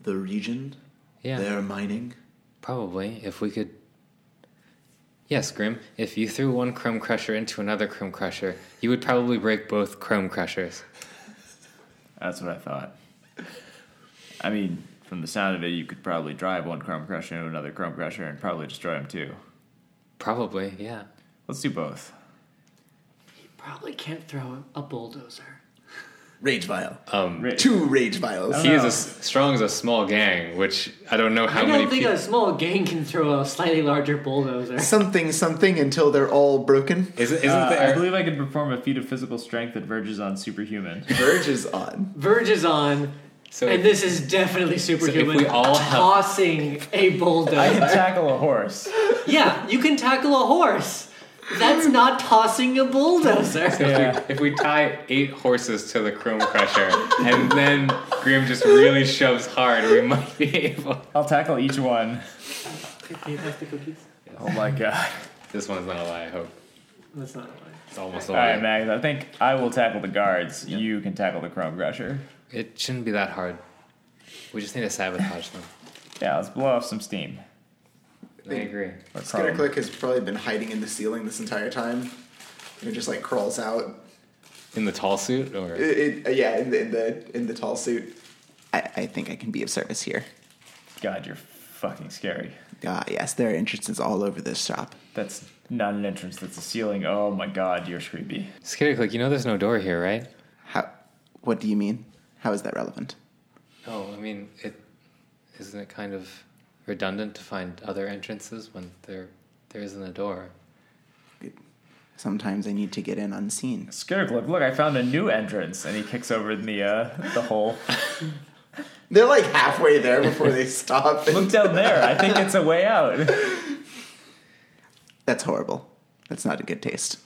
Speaker 6: the region?
Speaker 5: Yeah.
Speaker 6: Their mining?
Speaker 5: Probably, if we could. Yes, Grim. If you threw one Chrome Crusher into another Chrome Crusher, you would probably break both Chrome Crushers.
Speaker 3: That's what I thought. I mean, from the sound of it, you could probably drive one Chrome Crusher into another Chrome Crusher and probably destroy them too.
Speaker 5: Probably, yeah.
Speaker 3: Let's do both.
Speaker 2: Probably can't throw a bulldozer.
Speaker 6: Rage vial.
Speaker 5: Um,
Speaker 6: Two rage vials.
Speaker 5: he is as strong as a small gang, which I don't know
Speaker 2: I
Speaker 5: how many
Speaker 2: don't think
Speaker 5: peop-
Speaker 2: a small gang can throw a slightly larger bulldozer.
Speaker 6: Something, something until they're all broken.
Speaker 5: Is, isn't
Speaker 3: Uh, I
Speaker 5: there?
Speaker 3: believe I can perform a feat of physical strength that verges on superhuman.
Speaker 6: Verge is on.
Speaker 2: Verge is on,
Speaker 5: so
Speaker 2: and this is definitely superhuman.
Speaker 5: we all have-
Speaker 2: tossing a
Speaker 3: I
Speaker 2: bulldozer.
Speaker 3: can tackle a horse.
Speaker 2: yeah, you can tackle a horse. That's not tossing a bulldozer.
Speaker 3: Yeah.
Speaker 5: If we tie eight horses to the Chrome Crusher, and then Grim just really shoves hard, we might be able.
Speaker 3: I'll tackle each one.
Speaker 2: Do you have the cookies?
Speaker 3: Oh my god.
Speaker 5: This one's not a lie. I hope
Speaker 2: That's not a lie.
Speaker 5: it's almost a
Speaker 3: All
Speaker 5: lie.
Speaker 3: right, Max. I think I will tackle the guards. You can tackle the Chrome Crusher.
Speaker 5: It shouldn't be that hard. We just need to sabotage them.
Speaker 3: Yeah, let's blow off some steam.
Speaker 5: I agree.
Speaker 3: Or chrome.
Speaker 6: Skitterclick has probably been hiding in the ceiling this entire time. And just like crawls out.
Speaker 5: In the tall suit, or
Speaker 6: It, it, yeah, in the, in the in the tall suit. I, I think I can be of service here.
Speaker 3: God, you're fucking scary.
Speaker 6: Ah, yes, there are entrances all over this shop.
Speaker 3: That's not an entrance. That's a ceiling. Oh my god, you're creepy.
Speaker 5: Skitterclick, you know there's no door here, right?
Speaker 6: How? What do you mean? How is that relevant?
Speaker 5: No, I mean it. Isn't it kind of redundant to find other entrances when there there isn't a door?
Speaker 6: Sometimes I need to get in unseen.
Speaker 3: Scared. Look, look! I found a new entrance, and he kicks over in the uh, the hole.
Speaker 6: They're like halfway there before they stop.
Speaker 3: Look down there. I think it's a way out.
Speaker 6: That's horrible. That's not a good taste.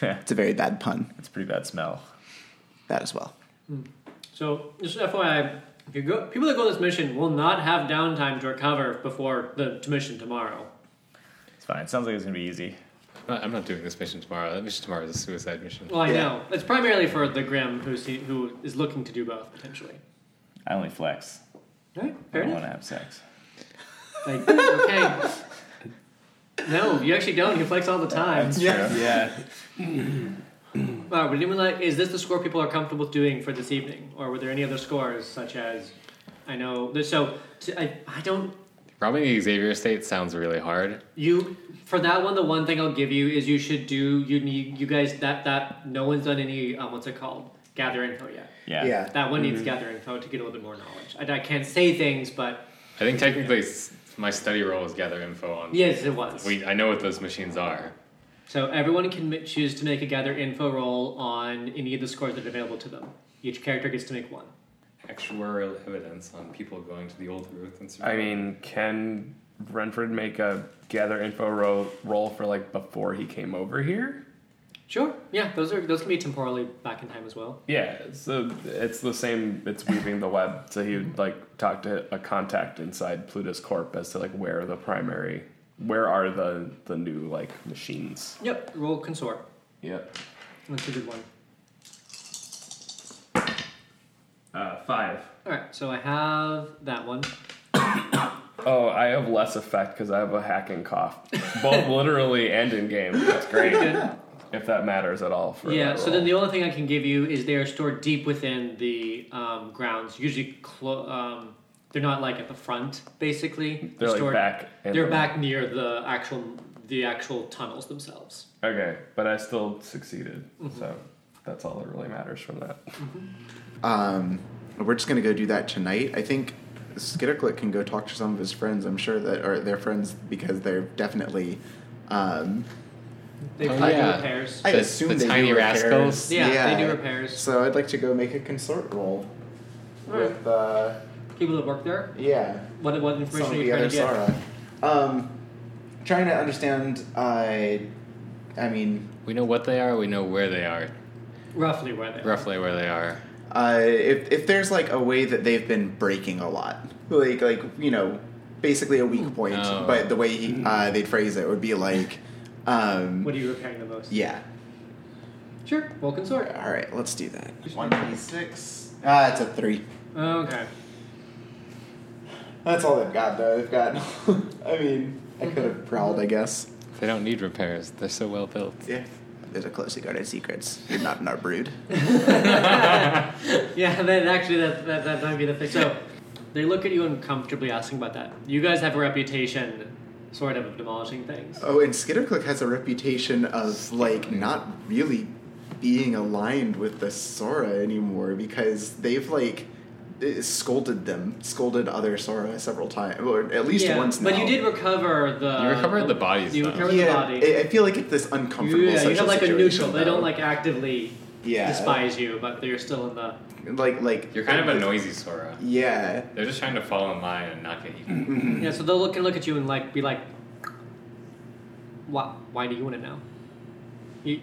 Speaker 3: it's
Speaker 6: It's a very bad pun.
Speaker 3: a pretty bad smell.
Speaker 6: That as well.
Speaker 2: So, just FYI, if you go, people that go on this mission will not have downtime to recover before the mission tomorrow.
Speaker 3: It's fine. Sounds like it's gonna be easy.
Speaker 5: I'm not, I'm not doing this mission tomorrow. That mission tomorrow is a suicide mission.
Speaker 2: Well, I
Speaker 6: Yeah.
Speaker 2: know it's primarily for the Grim who's who is looking to do both potentially.
Speaker 3: I only flex.
Speaker 2: All right,
Speaker 3: I
Speaker 2: fair
Speaker 3: don't
Speaker 2: enough.
Speaker 3: want to have sex.
Speaker 2: Like, okay. No, you actually don't. You flex all the time.
Speaker 6: Yeah.
Speaker 3: Yeah.
Speaker 2: Wow, but anyone like, is this the score people are comfortable doing for this evening, or were there any other scores such as, I know, there's- so t- I, I don't
Speaker 5: Robbing the Xavier State sounds really hard.
Speaker 2: You for that one, the one thing I'll give you is you should do. You need you guys that that no one's done any um, what's it called gather info yet.
Speaker 3: Yeah.
Speaker 2: That one needs gather info to get a little bit more knowledge. I, I can't say things, but
Speaker 5: I think technically s- my study role is gather info on.
Speaker 2: yes, it was.
Speaker 5: We, I know what those machines are.
Speaker 2: So everyone can ma- choose to make a gather info roll on any of the scores that are available to them. Each character gets to make one.
Speaker 5: Actuarial evidence on people going to the old Ruth and
Speaker 4: I mean, can Renford make a gather info ro- roll for like before he came over here?
Speaker 2: Sure. Yeah, those are those can be temporally back in time as well.
Speaker 4: Yeah, so it's the same. It's weaving the web. So he would like talk to a contact inside Plutus Corp as to like where the primary, where are the the new like machines.
Speaker 2: Yep. Roll consort.
Speaker 4: Yep.
Speaker 2: That's a good one.
Speaker 4: Uh, five.
Speaker 2: All right. So I have that one.
Speaker 4: Oh, I have less effect because I have a hacking cough, both literally and in game. That's great. if that matters at all. For
Speaker 2: Yeah,
Speaker 4: that
Speaker 2: so
Speaker 4: role.
Speaker 2: then the only thing I can give you is they are stored deep within the um, grounds. Usually, clo- um, they're not like at the front. Basically,
Speaker 4: they're like
Speaker 2: stored,
Speaker 4: back. in
Speaker 2: They're
Speaker 4: the-
Speaker 2: back near the actual the actual tunnels themselves.
Speaker 4: Okay, but I still succeeded. So that's all that really matters from that.
Speaker 6: Um, we're just gonna go do that tonight. I think Skitterclick can go talk to some of his friends. I'm sure that are their friends because they're definitely. Um,
Speaker 2: They
Speaker 5: Oh,
Speaker 2: probably
Speaker 5: yeah.
Speaker 2: do repairs.
Speaker 6: I
Speaker 5: The-
Speaker 6: assume
Speaker 5: the
Speaker 6: they
Speaker 5: tiny
Speaker 6: do repairs.
Speaker 5: rascals?
Speaker 2: Yeah, they do repairs.
Speaker 6: So I'd like to go make a consort roll
Speaker 2: Alright.
Speaker 6: with. Uh,
Speaker 2: People that work there.
Speaker 6: yeah.
Speaker 2: What what information
Speaker 6: Some
Speaker 2: are
Speaker 6: of
Speaker 2: you
Speaker 6: the
Speaker 2: trying
Speaker 6: other
Speaker 2: to get?
Speaker 6: Sara. Um, trying to understand. I, I mean,
Speaker 5: we know what they are. We know where they are.
Speaker 2: Roughly where they. are.
Speaker 5: Roughly where they are.
Speaker 6: uh, if if there's like a way that they've been breaking a lot, like like you know, basically a weak point.
Speaker 5: Oh.
Speaker 6: But the way he, uh, they'd phrase it would be like, um,
Speaker 2: What are you repairing the most?
Speaker 6: yeah.
Speaker 2: Sure, Vulcan Sword.
Speaker 6: All right, let's do that.
Speaker 3: One d six.
Speaker 6: Ah, it's a three.
Speaker 2: Okay.
Speaker 6: That's all they've got, though. They've got. I mean, I could have prowled, I guess.
Speaker 5: They don't need repairs. They're so well built.
Speaker 6: Yeah. Those are closely guarded secrets. You're not in our brood.
Speaker 2: Yeah, that actually that, that that might be the thing. So they look at you uncomfortably asking about that. You guys have a reputation sort of of demolishing things.
Speaker 6: Oh, and Skitterclick has a reputation of like not really being aligned with the Sora anymore because they've like eh, scolded them, scolded other Sora several times, or at least
Speaker 2: yeah,
Speaker 6: once now.
Speaker 2: But you did recover the
Speaker 5: You recovered the bodies,
Speaker 2: You
Speaker 5: though.
Speaker 2: recovered the
Speaker 6: yeah,
Speaker 2: body.
Speaker 6: I I feel like it's this uncomfortable.
Speaker 2: yeah, you
Speaker 6: social
Speaker 2: have like a
Speaker 6: situation,
Speaker 2: neutral. They
Speaker 6: though.
Speaker 2: don't like actively
Speaker 6: Yeah.
Speaker 2: despise you, but you're still in the
Speaker 6: like like
Speaker 5: You're kind of a noisy Sora.
Speaker 6: Yeah,
Speaker 5: They're just trying to fall in line and not get eaten.
Speaker 2: yeah. So they'll look and look at you and like be like, "Why? Why do you want to know? You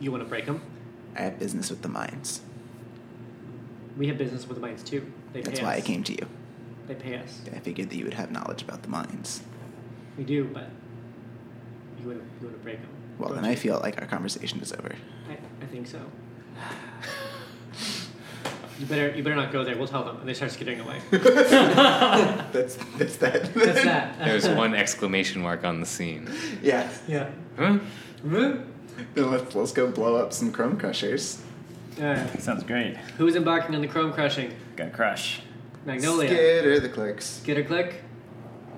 Speaker 2: you want to break them?
Speaker 6: I have business with the mines.
Speaker 2: We have business with the mines too. They pay
Speaker 6: That's
Speaker 2: us.
Speaker 6: why I came to you.
Speaker 2: They pay us.
Speaker 6: I figured that you would have knowledge about the mines.
Speaker 2: We do, but you want to you want to break them.
Speaker 6: Well, then I feel like our conversation is over.
Speaker 2: I, I think so. You better, you better not go there. We'll tell them, and they start skittering away.
Speaker 6: That's that's that.
Speaker 2: That's that.
Speaker 5: There's one exclamation mark on the scene.
Speaker 6: yeah.
Speaker 2: Yeah.
Speaker 5: Huh?
Speaker 2: Woo.
Speaker 6: Then let's let's go blow up some Chrome Crushers.
Speaker 2: All right.
Speaker 3: Sounds great.
Speaker 2: Who's embarking on the chrome crushing?
Speaker 3: Got a crush.
Speaker 2: Magnolia.
Speaker 6: Skitter the clicks.
Speaker 2: Skitter click.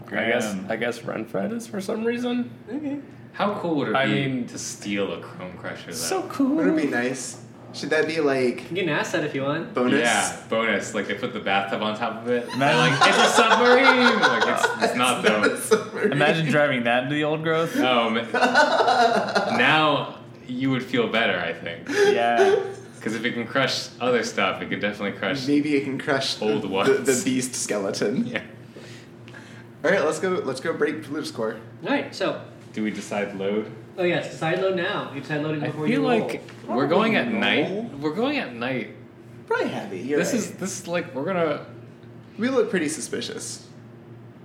Speaker 4: I guess
Speaker 3: Graham.
Speaker 4: I guess Renfred is for some reason.
Speaker 2: Okay.
Speaker 5: How cool would it
Speaker 4: I
Speaker 5: be
Speaker 4: mean-
Speaker 5: to steal a Chrome Crusher? Though?
Speaker 6: Would it
Speaker 4: cool.
Speaker 6: be nice? Should that be like
Speaker 2: You can ask that if you want.
Speaker 6: bonus?
Speaker 5: Yeah, bonus. Like they put the bathtub on top of it. And they're like, it's a submarine. Like it's, it's not though.
Speaker 3: Imagine driving that into the old growth.
Speaker 5: Um, now you would feel better, I think,
Speaker 3: Yeah.
Speaker 5: because if it can crush other stuff, it can definitely crush.
Speaker 6: Maybe it can crush
Speaker 5: Old
Speaker 6: the,
Speaker 5: ones.
Speaker 6: the, the beast skeleton.
Speaker 5: Yeah.
Speaker 6: All right, let's go. Let's go break Pluto's core.
Speaker 2: All right. So,
Speaker 5: Do we decide load?
Speaker 2: oh yes, decide load now. You decide loading
Speaker 5: I
Speaker 2: before you
Speaker 5: feel
Speaker 2: roll.
Speaker 5: like we're going at
Speaker 6: Probably roll.
Speaker 5: night. We're going at night.
Speaker 6: Probably heavy. You're
Speaker 5: This
Speaker 6: right.
Speaker 5: is this is like we're gonna.
Speaker 6: We look pretty suspicious.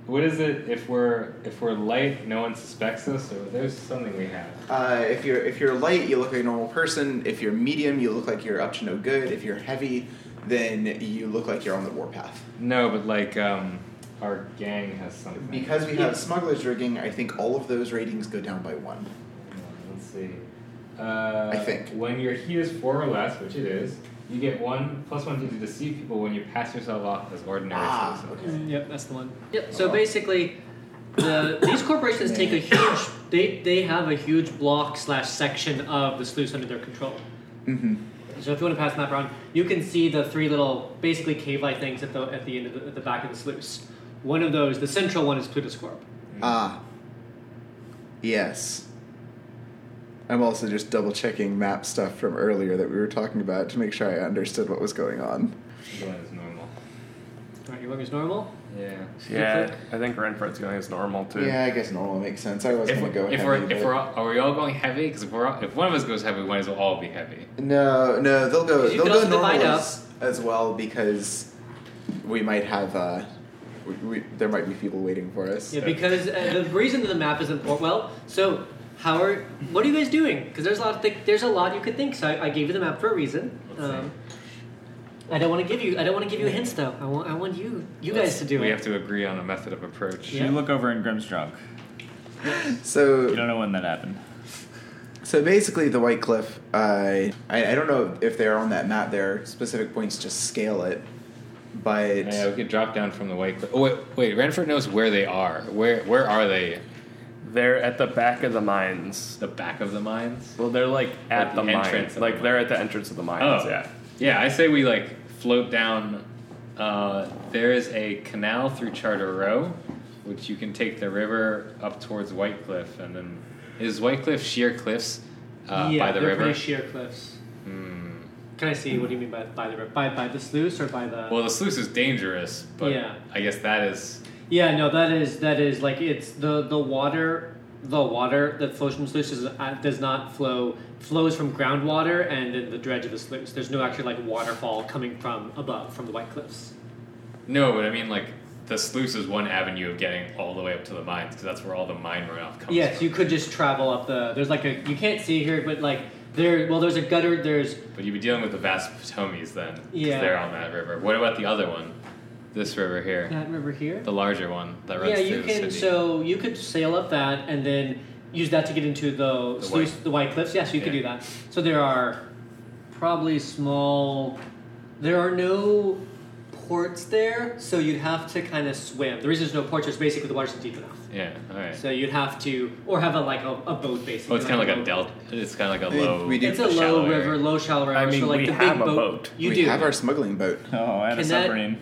Speaker 5: What is it if we're if we're light, no one suspects us, or there's something we have.
Speaker 6: Uh, if you're if you're light, you look like a normal person. If you're medium, you look like you're up to no good. If you're heavy, then you look like you're on the warpath.
Speaker 5: No, but like um, our gang has something.
Speaker 6: Because we have smugglers rigging, I think all of those ratings go down by one.
Speaker 5: Let's see. Uh,
Speaker 6: I think.
Speaker 5: When your heat is four or less, which it is, you get one plus one to deceive people when you pass yourself off as ordinary
Speaker 6: Ah,
Speaker 5: citizens.
Speaker 6: okay.
Speaker 2: Mm, Yep, that's the one. Oh. Yep. So basically, the, these corporations take a huge. They they have a huge block slash section of the sluice under their control. Mm-hmm. So if you want to pass the map around, you can see the three little basically cave-like things at the at the end of the, at the back of the sluice. One of those, the central one, is Plutoscorp.
Speaker 6: Ah. Yes. I'm also just double checking map stuff from earlier that we were talking about to make sure I understood what was going on.
Speaker 5: The one is normal.
Speaker 2: All right, your wing is normal.
Speaker 5: Yeah.
Speaker 4: Yeah, I think Renfred's going as normal too.
Speaker 6: Yeah, I guess normal makes sense. I was
Speaker 5: If,
Speaker 6: gonna
Speaker 5: we-
Speaker 6: go
Speaker 5: if
Speaker 6: heavy,
Speaker 5: we're if
Speaker 6: but-
Speaker 5: we're all, are we all going heavy? Because if we're all, if one of us goes heavy, we might as well all be heavy.
Speaker 6: No, no, they'll go.
Speaker 2: 'Cause you
Speaker 6: They'll
Speaker 2: could
Speaker 6: go
Speaker 2: also divide
Speaker 6: normal as, as well because we might have. Uh, we, we, there might be people waiting for us.
Speaker 2: Yeah, because uh, the reason that the map is important. Well, so how are what are you guys doing? Because there's a lot. Of th- there's a lot you could think. So I, I gave you the map for a reason. Um, I don't want to give you. I don't want to give you hints though. I want. I want you. You guys to do
Speaker 5: We
Speaker 2: it.
Speaker 5: have to agree on a method of approach.
Speaker 2: Yeah.
Speaker 3: You look over in Grimm's drunk. You
Speaker 6: So,
Speaker 3: don't know when that happened.
Speaker 6: so basically, the White Cliff. Uh, I I don't know if they're on that map. Their specific points just scale it, but
Speaker 5: Yeah, we could drop down from the white. Cliff. Oh, wait, wait, Renford knows where they are. Where where are they?
Speaker 4: They're at the back of the mines.
Speaker 5: The back of the mines.
Speaker 4: Well, they're like at
Speaker 5: Like
Speaker 4: the,
Speaker 5: the entrance
Speaker 4: mines.
Speaker 5: of the
Speaker 4: Like
Speaker 5: mine.
Speaker 4: they're at the entrance of the mines.
Speaker 5: Oh
Speaker 4: Yeah.
Speaker 5: yeah. I say we like float down. Uh, there is a canal through Charter Row, which you can take the river up towards White Cliff, and then is White Cliff sheer cliffs uh,
Speaker 2: yeah,
Speaker 5: by the
Speaker 2: they're
Speaker 5: river. Hmm.
Speaker 2: pretty sheer cliffs. Can I see? What do you mean by by the river? By by the sluice or by the?
Speaker 5: well, the sluice is dangerous, but
Speaker 2: Yeah.
Speaker 5: I guess that is
Speaker 2: yeah, no, that is that is like it's the the water. The water that flows from the sluice is, uh, does not flow flows from groundwater and then the dredge of the sluice. There's no actually like waterfall coming from above from the White Cliffs.
Speaker 5: no. But I mean, like the sluice is one avenue of getting all the way up to the mines because that's where all the mine runoff comes
Speaker 2: Yes,
Speaker 5: from.
Speaker 2: you could just travel up the. There's like a. You can't see here, but like there. Well, there's a gutter. There's
Speaker 5: But you'd be dealing with the vast Potomies then, 'cause
Speaker 2: Yeah.
Speaker 5: they're on that river. What about the other one? This river here,
Speaker 2: that river here.
Speaker 5: the larger one that runs
Speaker 2: Yeah,
Speaker 5: through
Speaker 2: you
Speaker 5: the
Speaker 2: can.
Speaker 5: city.
Speaker 2: So you could sail up that and then use that to get into the, sluice, the White Cliffs. Yes, you could
Speaker 5: Yeah.
Speaker 2: do that. So there are probably small. There are no ports there, so you'd have to kind of swim. The reason there's no ports is basically the water's deep enough.
Speaker 5: yeah, all right.
Speaker 2: So you'd have to, or have a like a, a boat basically.
Speaker 5: oh, it's kind of like a
Speaker 2: boat.
Speaker 5: delta. It's kind of like a
Speaker 6: We-
Speaker 5: low.
Speaker 6: we do-
Speaker 2: It's a
Speaker 5: shallow
Speaker 2: low
Speaker 5: area.
Speaker 2: river, low shallow river.
Speaker 7: I mean,
Speaker 2: so like
Speaker 7: we
Speaker 2: the
Speaker 7: have
Speaker 2: big
Speaker 7: a
Speaker 2: boat,
Speaker 7: boat.
Speaker 2: You
Speaker 6: we
Speaker 2: do
Speaker 6: have our smuggling boat.
Speaker 3: Oh, and a
Speaker 2: Can that-
Speaker 3: submarine.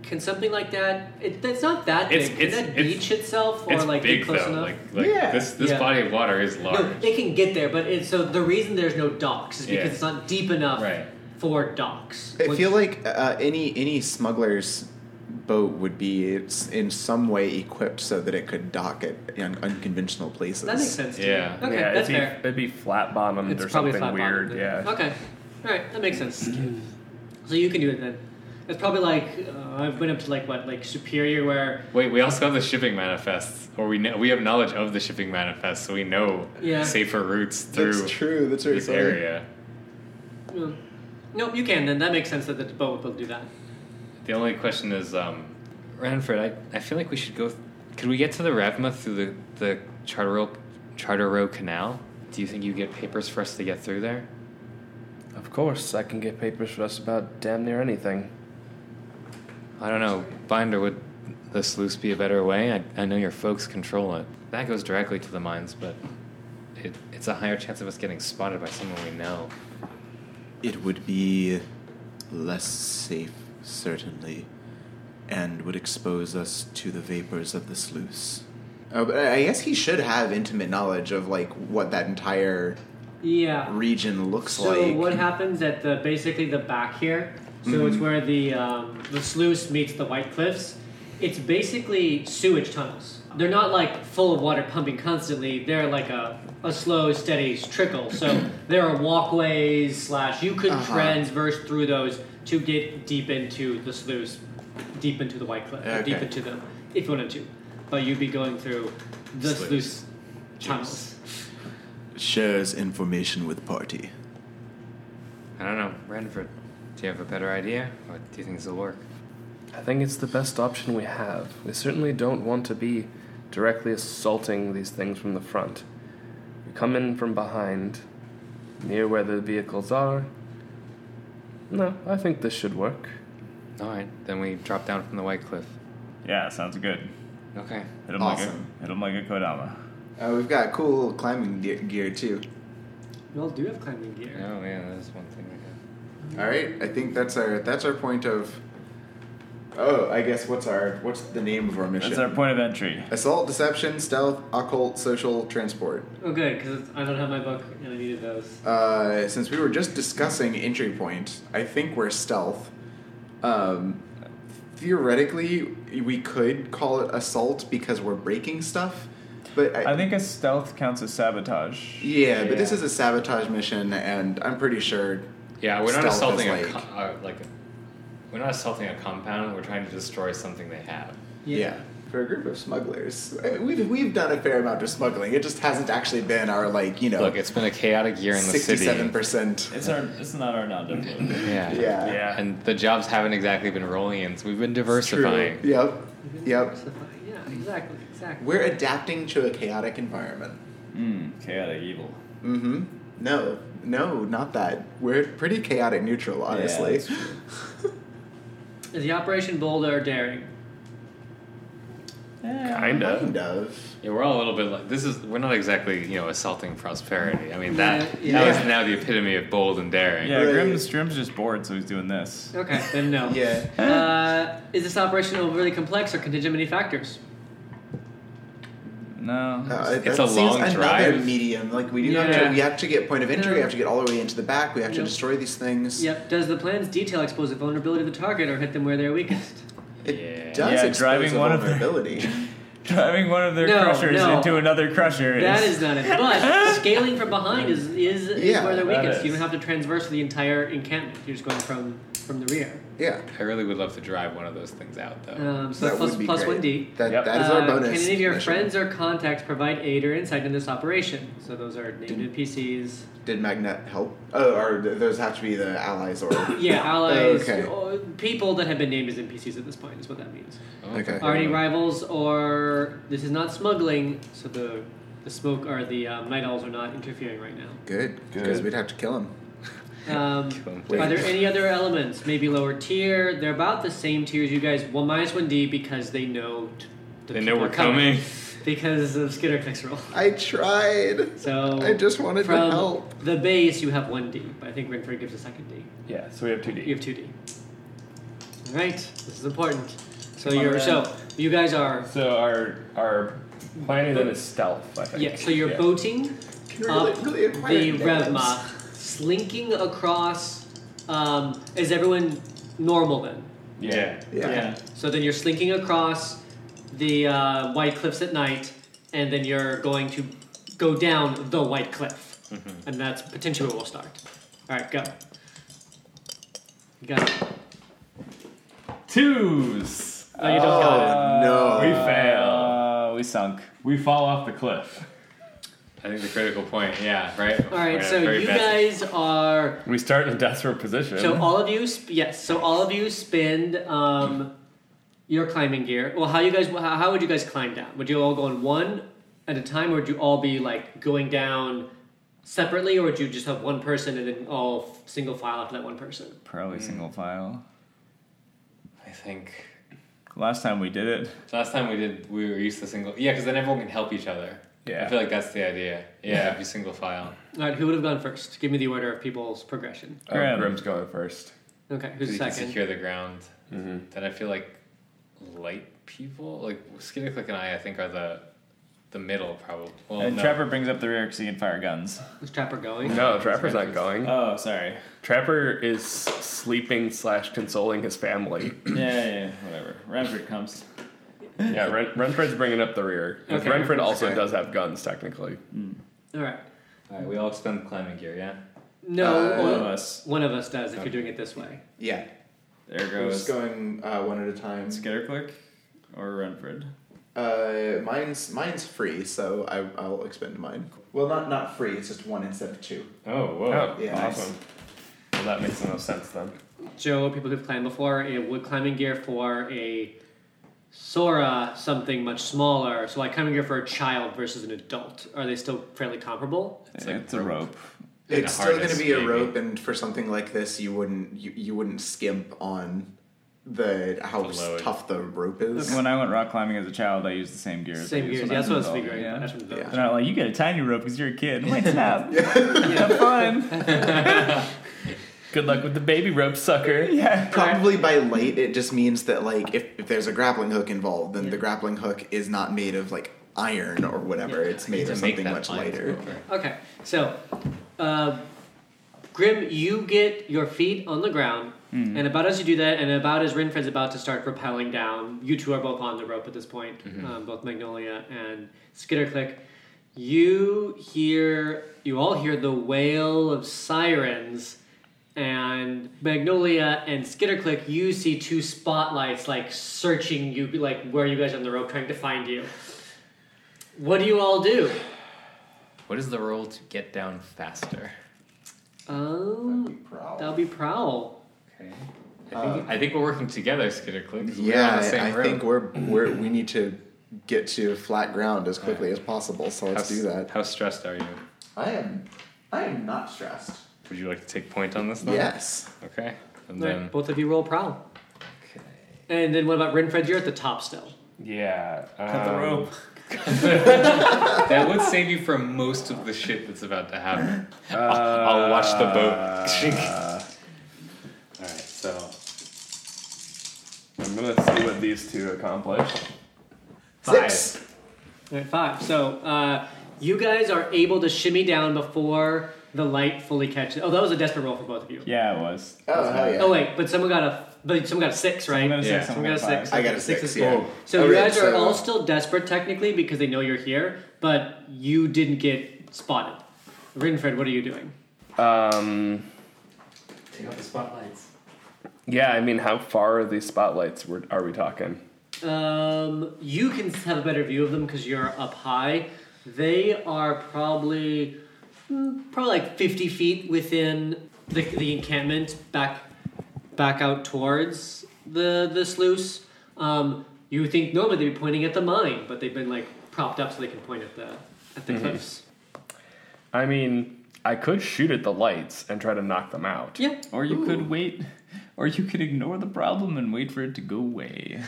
Speaker 2: Can something like that? It, that's not that big.
Speaker 5: It's-
Speaker 2: can
Speaker 5: it's-
Speaker 2: that
Speaker 5: it's-
Speaker 2: beach itself or
Speaker 5: It's
Speaker 2: like be
Speaker 5: big
Speaker 2: close
Speaker 5: though.
Speaker 2: enough?
Speaker 5: Like, like
Speaker 6: Yeah.
Speaker 5: this this
Speaker 2: Yeah.
Speaker 5: body of water is large.
Speaker 2: no, it can get there, but it, so the reason there's no docks is because
Speaker 5: Yeah.
Speaker 2: it's not deep enough
Speaker 5: Right.
Speaker 2: for docks.
Speaker 6: I
Speaker 2: Which-
Speaker 6: feel like uh, any any smuggler's boat would be it's in some way equipped so that it could dock at un- unconventional places.
Speaker 2: that makes sense. To
Speaker 5: Yeah.
Speaker 2: Me. Okay,
Speaker 7: yeah,
Speaker 2: that's
Speaker 7: it'd,
Speaker 2: fair.
Speaker 7: Be, it'd be flat bottomed
Speaker 2: it's
Speaker 7: or
Speaker 2: probably
Speaker 7: something
Speaker 2: flat
Speaker 7: weird.
Speaker 2: bottom.
Speaker 7: Yeah.
Speaker 2: Okay. All right, that makes sense. so you can do it then. It's probably like uh, I've been up to like what like Superior where
Speaker 5: Wait, we also have the shipping manifests, or we know, we have knowledge of the shipping manifests, so we know
Speaker 2: Yeah.
Speaker 5: safer routes through
Speaker 6: That's true. That's very
Speaker 5: this
Speaker 6: funny.
Speaker 5: area.
Speaker 2: No, uh, Nope, you can then. That makes sense that the boat will do that.
Speaker 5: The only question is, um, Ranford, I, I feel like we should go. Could we get to the Ravma through the the Charter Row, Charter Row Canal? Do you think you get papers for us to get through there?
Speaker 7: Of course, I can get papers for us about damn near anything.
Speaker 5: I don't know. Binder, would the sluice be a better way? I, I know your folks control it. That goes directly to the mines, but it, it's a higher chance of us getting spotted by someone we know.
Speaker 6: It would be less safe, certainly, and would expose us to the vapors of the sluice. Oh, but I I guess he should have intimate knowledge of like what that entire
Speaker 2: Yeah.
Speaker 6: region looks
Speaker 2: So
Speaker 6: like.
Speaker 2: what happens at the basically the back here? So
Speaker 6: Mm-hmm.
Speaker 2: it's where the um, the sluice meets the White Cliffs. It's basically sewage tunnels. They're not like full of water pumping constantly. They're like a, a slow, steady trickle. So there are walkways slash you could
Speaker 6: Uh-huh.
Speaker 2: transverse through those to get deep into the sluice, deep into the White Cliff, or deep
Speaker 6: Okay.
Speaker 2: into the if you wanted to. But you'd be going through the
Speaker 5: Sluice.
Speaker 2: sluice, tunnels.
Speaker 6: shares information with party.
Speaker 5: I don't know. Ranford, do you have a better idea? Or do you think this will work?
Speaker 7: I think it's the best option we have. We certainly don't want to be directly assaulting these things from the front. We come in from behind, near where the vehicles are. No, I think this should work.
Speaker 5: All right, then we drop down from the White Cliff.
Speaker 3: Yeah, sounds good.
Speaker 5: Okay.
Speaker 3: Hit him
Speaker 6: Awesome.
Speaker 3: like a hit him like a Kodama.
Speaker 6: Uh, we've got cool little climbing ge- gear too.
Speaker 2: You all do have climbing gear.
Speaker 5: Oh yeah, that's one thing we
Speaker 6: All right, I think that's our that's our point of. Oh, I guess what's our what's the name of our mission?
Speaker 3: That's our point of entry.
Speaker 6: Assault, deception, stealth, occult, social, transport.
Speaker 2: Oh, good, because I don't have my book and I needed those.
Speaker 6: Uh, since we were just discussing entry point, I think we're stealth. Um, theoretically, we could call it assault because we're breaking stuff, but I,
Speaker 3: I think a stealth counts as sabotage.
Speaker 6: yeah, but this is a sabotage mission, and I'm pretty sure.
Speaker 5: do. Yeah, we're not
Speaker 6: Stealth is
Speaker 5: assaulting a
Speaker 6: like-
Speaker 5: co- uh, like. a- we're not assaulting a compound. We're trying to destroy something they have.
Speaker 6: Yeah. For a group of smugglers, Uh, we've we've done a fair amount of smuggling. It just hasn't actually been our like you know
Speaker 5: Look, it's been a chaotic year in the city.
Speaker 6: sixty-seven percent.
Speaker 3: It's our it's not our non development.
Speaker 5: Yeah.
Speaker 6: Yeah.
Speaker 7: Yeah.
Speaker 5: And the jobs haven't exactly been rolling in, so we've been
Speaker 6: It's true.
Speaker 5: diversifying.
Speaker 6: Yep. Yep.
Speaker 2: Yeah, exactly, exactly.
Speaker 6: We're adapting to a chaotic environment.
Speaker 4: Hmm,
Speaker 3: mm, chaotic evil.
Speaker 6: Mm-hmm. No, no, not that. We're pretty chaotic neutral, honestly.
Speaker 3: that's
Speaker 2: Is the Operation Boulder daring?
Speaker 7: Kind of.
Speaker 6: kind of.
Speaker 5: Yeah, we're all a little bit like this is we're not exactly, you know, assaulting prosperity. I mean that
Speaker 2: Yeah,
Speaker 5: that
Speaker 6: yeah.
Speaker 5: is now the epitome of bold and daring.
Speaker 3: Yeah,
Speaker 6: Right.
Speaker 3: Grim's Grim's just bored, so he's doing this.
Speaker 2: Okay, then no.
Speaker 6: Yeah.
Speaker 2: Uh, is this operation overly complex or contingent many factors?
Speaker 3: No.
Speaker 6: Uh,
Speaker 5: It's
Speaker 6: that
Speaker 5: a
Speaker 6: seems
Speaker 5: long
Speaker 6: another
Speaker 5: drive.
Speaker 6: medium. Like we do have
Speaker 2: Yeah.
Speaker 6: to. We have to get point of entry. We
Speaker 2: Yeah.
Speaker 6: have to get all the way into the back. We have to
Speaker 2: Yep.
Speaker 6: destroy these things.
Speaker 2: Yep. Does the plan's detail expose the vulnerability of the target or hit them where they're weakest?
Speaker 6: It
Speaker 5: Yeah.
Speaker 6: does
Speaker 3: Yeah,
Speaker 6: expose
Speaker 3: driving
Speaker 6: a
Speaker 3: one of their-
Speaker 6: vulnerability.
Speaker 3: Driving one of their
Speaker 2: No,
Speaker 3: crushers
Speaker 2: no.
Speaker 3: into another crusher.
Speaker 2: that is not it. But scaling from behind is is, is
Speaker 6: Yeah,
Speaker 2: where they're
Speaker 3: that
Speaker 2: weakest. You
Speaker 3: is.
Speaker 2: don't have to transverse the entire encampment. You're just going from from the rear.
Speaker 6: Yeah.
Speaker 5: I really would love to drive one of those things out, though.
Speaker 2: Um, so plus
Speaker 6: would be
Speaker 2: plus
Speaker 6: great.
Speaker 2: one D.
Speaker 6: That,
Speaker 4: Yep.
Speaker 6: that is our
Speaker 2: Uh,
Speaker 6: bonus.
Speaker 2: Can any of your
Speaker 6: mission.
Speaker 2: friends or contacts provide aid or insight in this operation? So those are named NPCs.
Speaker 6: Did Magnet help? Oh, or th- those have to be the allies or.
Speaker 2: Yeah, allies,
Speaker 6: Okay.
Speaker 2: or people that have been named as NPCs at this point is what that means.
Speaker 5: Oh,
Speaker 6: Okay.
Speaker 2: Are any rivals or this is not smuggling? So the the smoke or the um, night owls are not interfering right now.
Speaker 6: Good.
Speaker 4: Good.
Speaker 6: Because we'd have to kill him.
Speaker 2: Um,
Speaker 6: Wait.
Speaker 2: are there any other elements? Maybe lower tier. They're about the same tier as you guys. One minus one D because they know. t- The
Speaker 5: they know
Speaker 2: people
Speaker 5: we're
Speaker 2: are coming,
Speaker 5: coming.
Speaker 2: because of Skitter Clicks roll.
Speaker 6: I tried.
Speaker 2: So
Speaker 6: I just wanted to
Speaker 2: from
Speaker 6: help.
Speaker 2: The base you have one D, but I think Renfred gives a second D.
Speaker 4: Yeah, so we have two D.
Speaker 2: You have two D. All right, this is important. So
Speaker 4: Come on,
Speaker 2: you're
Speaker 4: Ren.
Speaker 2: so you guys are
Speaker 4: So our our planning then is stealth. I think.
Speaker 2: yeah. So you're boating
Speaker 6: Can
Speaker 2: up
Speaker 6: really, really acquire
Speaker 2: the
Speaker 6: names.
Speaker 2: Revma, slinking across. Um, is everyone normal then?
Speaker 4: Yeah.
Speaker 6: Yeah.
Speaker 2: So then you're slinking across the uh, White Cliffs at night, and then you're going to go down the White Cliff, and that's potentially where we'll start. All right, go. You got it.
Speaker 4: Twos.
Speaker 2: No, you don't got it.
Speaker 6: No.
Speaker 4: we fail.
Speaker 3: Uh, we sunk.
Speaker 4: We fall off the cliff.
Speaker 5: I think the critical point, yeah, right?
Speaker 2: All right, so you guys are
Speaker 4: We start in a desperate position.
Speaker 2: so all of you sp- yes, so all of you spend um, your climbing gear. Well, how you guys how how would you guys climb down? Would you all go in one at a time, or would you all be like going down separately, or would you just have one person and then all f- single file after that one person?
Speaker 3: Probably single file.
Speaker 5: I think
Speaker 3: Last time we did it.
Speaker 5: last time we did, we were used to single. Yeah, because then everyone can help each other.
Speaker 3: Yeah.
Speaker 5: I feel like that's the idea. Yeah, if you single file.
Speaker 2: All right, who would have gone first? Give me the order of people's progression.
Speaker 4: Oh,
Speaker 3: Grim.
Speaker 4: Grim's going first.
Speaker 2: Okay, who's
Speaker 5: you can
Speaker 2: second?
Speaker 5: secure the ground. Then I feel like light people, like Skinner Click and I, I think are the the middle probably.
Speaker 4: Oh,
Speaker 5: Well,
Speaker 3: and
Speaker 5: no.
Speaker 3: Trevor brings up the rear because he can fire guns.
Speaker 2: Who's Trapper going?
Speaker 4: No, Trapper's not going.
Speaker 3: Oh, sorry.
Speaker 4: Trapper is sleeping slash consoling his family.
Speaker 3: yeah, yeah, yeah, whatever. Renford comes.
Speaker 4: yeah, Ren- Renfred's bringing up the rear. Because
Speaker 2: Okay.
Speaker 4: Renfred also
Speaker 6: Okay.
Speaker 4: does have guns, technically.
Speaker 2: All right.
Speaker 5: All right, we all expend climbing gear. Yeah.
Speaker 2: No,
Speaker 3: One
Speaker 2: one
Speaker 3: of
Speaker 2: of us-
Speaker 3: us.
Speaker 2: one of us does if you're doing it this way.
Speaker 6: Yeah.
Speaker 3: There
Speaker 6: We're just
Speaker 3: goes
Speaker 6: going uh, one at a time.
Speaker 3: Skitterclick or Renford.
Speaker 6: Uh, mine's mine's free, so I I'll expend mine. Well, not not free. It's just one instead of two.
Speaker 5: Oh whoa.
Speaker 4: Oh,
Speaker 6: Yeah.
Speaker 4: awesome. Well, that makes no sense then.
Speaker 2: Joe, people who've climbed before, a wood climbing gear for a Sora, something much smaller. So, like climbing gear for a child versus an adult, are they still fairly comparable?
Speaker 3: It's,
Speaker 5: like
Speaker 3: it's a rope.
Speaker 5: And
Speaker 6: it's
Speaker 5: a
Speaker 6: still going to
Speaker 5: harness,
Speaker 6: be a
Speaker 5: maybe.
Speaker 6: rope, and for something like this, you wouldn't you, you wouldn't skimp on the how
Speaker 5: The load.
Speaker 6: tough the rope is.
Speaker 3: When I went rock climbing as a child, I used the same gear. as I
Speaker 2: Same gears.
Speaker 3: used when
Speaker 2: Yeah, that's what I was
Speaker 3: an adult,
Speaker 2: figuring.
Speaker 3: yeah.
Speaker 2: out. That's what I
Speaker 6: Yeah.
Speaker 2: was-
Speaker 3: They're not like, you get a tiny rope because you're a kid. I'm like, snap. Have fun.
Speaker 4: Good luck with the baby rope, sucker.
Speaker 3: Yeah.
Speaker 6: Probably by light, it just means that like if, if there's a grappling hook involved, then the grappling hook is not made of like iron or whatever. It's
Speaker 5: Need
Speaker 6: made
Speaker 5: to
Speaker 6: of
Speaker 5: make
Speaker 6: something
Speaker 5: that
Speaker 6: much
Speaker 5: line
Speaker 6: lighter.
Speaker 5: smoother.
Speaker 2: Okay, so uh, Grim, you get your feet on the ground, and about as you do that, and about as Rinfred's about to start rappelling down, you two are both on the rope at this point, um, both Magnolia and Skitterclick. You hear, you all hear the wail of sirens, and Magnolia and Skitterclick, you see two spotlights like searching you, like where you guys are on the rope, trying to find you. What do you all do?
Speaker 5: What is the roll to get down faster?
Speaker 2: Um, That'll be Prowl.
Speaker 5: Okay. I think, I think we're working together, Skitter Click. 'cause we're on
Speaker 6: Uh, Yeah,
Speaker 5: the same
Speaker 6: I
Speaker 5: road.
Speaker 6: think we're we're we need to get to flat ground as quickly as possible. So
Speaker 5: how,
Speaker 6: let's do
Speaker 5: s-
Speaker 6: that.
Speaker 5: How stressed are you?
Speaker 6: I am I am not stressed.
Speaker 5: Would you like to take point on this? Though?
Speaker 6: Yes.
Speaker 5: Okay. And
Speaker 2: Right,
Speaker 5: then
Speaker 2: both of you roll Prowl. And then what about Renfred? You're at the top still.
Speaker 4: Yeah.
Speaker 3: Cut the
Speaker 4: um,
Speaker 3: rope.
Speaker 5: that would save you from most of the shit that's about to happen. I'll, I'll watch the boat sink. All right. So
Speaker 4: I'm gonna see what these two accomplish.
Speaker 6: Six.
Speaker 2: All right, five. So uh, you guys are able to shimmy down before the light fully catches. Oh, that was a desperate roll for both of you.
Speaker 3: Yeah, it was.
Speaker 6: Oh hell yeah!
Speaker 2: Oh wait, but someone got a but someone got a six, right?
Speaker 3: I'm gonna
Speaker 5: Yeah.
Speaker 3: say something
Speaker 2: Someone got a
Speaker 3: about
Speaker 2: six.
Speaker 6: I got a
Speaker 2: Six
Speaker 6: six.
Speaker 2: is
Speaker 6: yeah.
Speaker 5: cool.
Speaker 2: So you
Speaker 6: Okay,
Speaker 2: guys are
Speaker 6: so-
Speaker 2: all still desperate technically because they know you're here, but you didn't get spotted. Renfred, what are you doing?
Speaker 4: Um,
Speaker 2: Take out the spotlights.
Speaker 4: Yeah, I mean, how far are these spotlights? We're, are we talking?
Speaker 2: Um, you can have a better view of them because you're up high. They are probably mm, probably like 50 feet within the, the encampment, back back out towards the the sluice. Um, you would think normally they'd be pointing at the mine, but they've been like propped up so they can point at the at
Speaker 4: Mm-hmm.
Speaker 2: the cliffs.
Speaker 4: I mean, I could shoot at the lights and try to knock them out.
Speaker 2: Yeah,
Speaker 3: Or you could wait, or you could ignore the problem and wait for it to go away.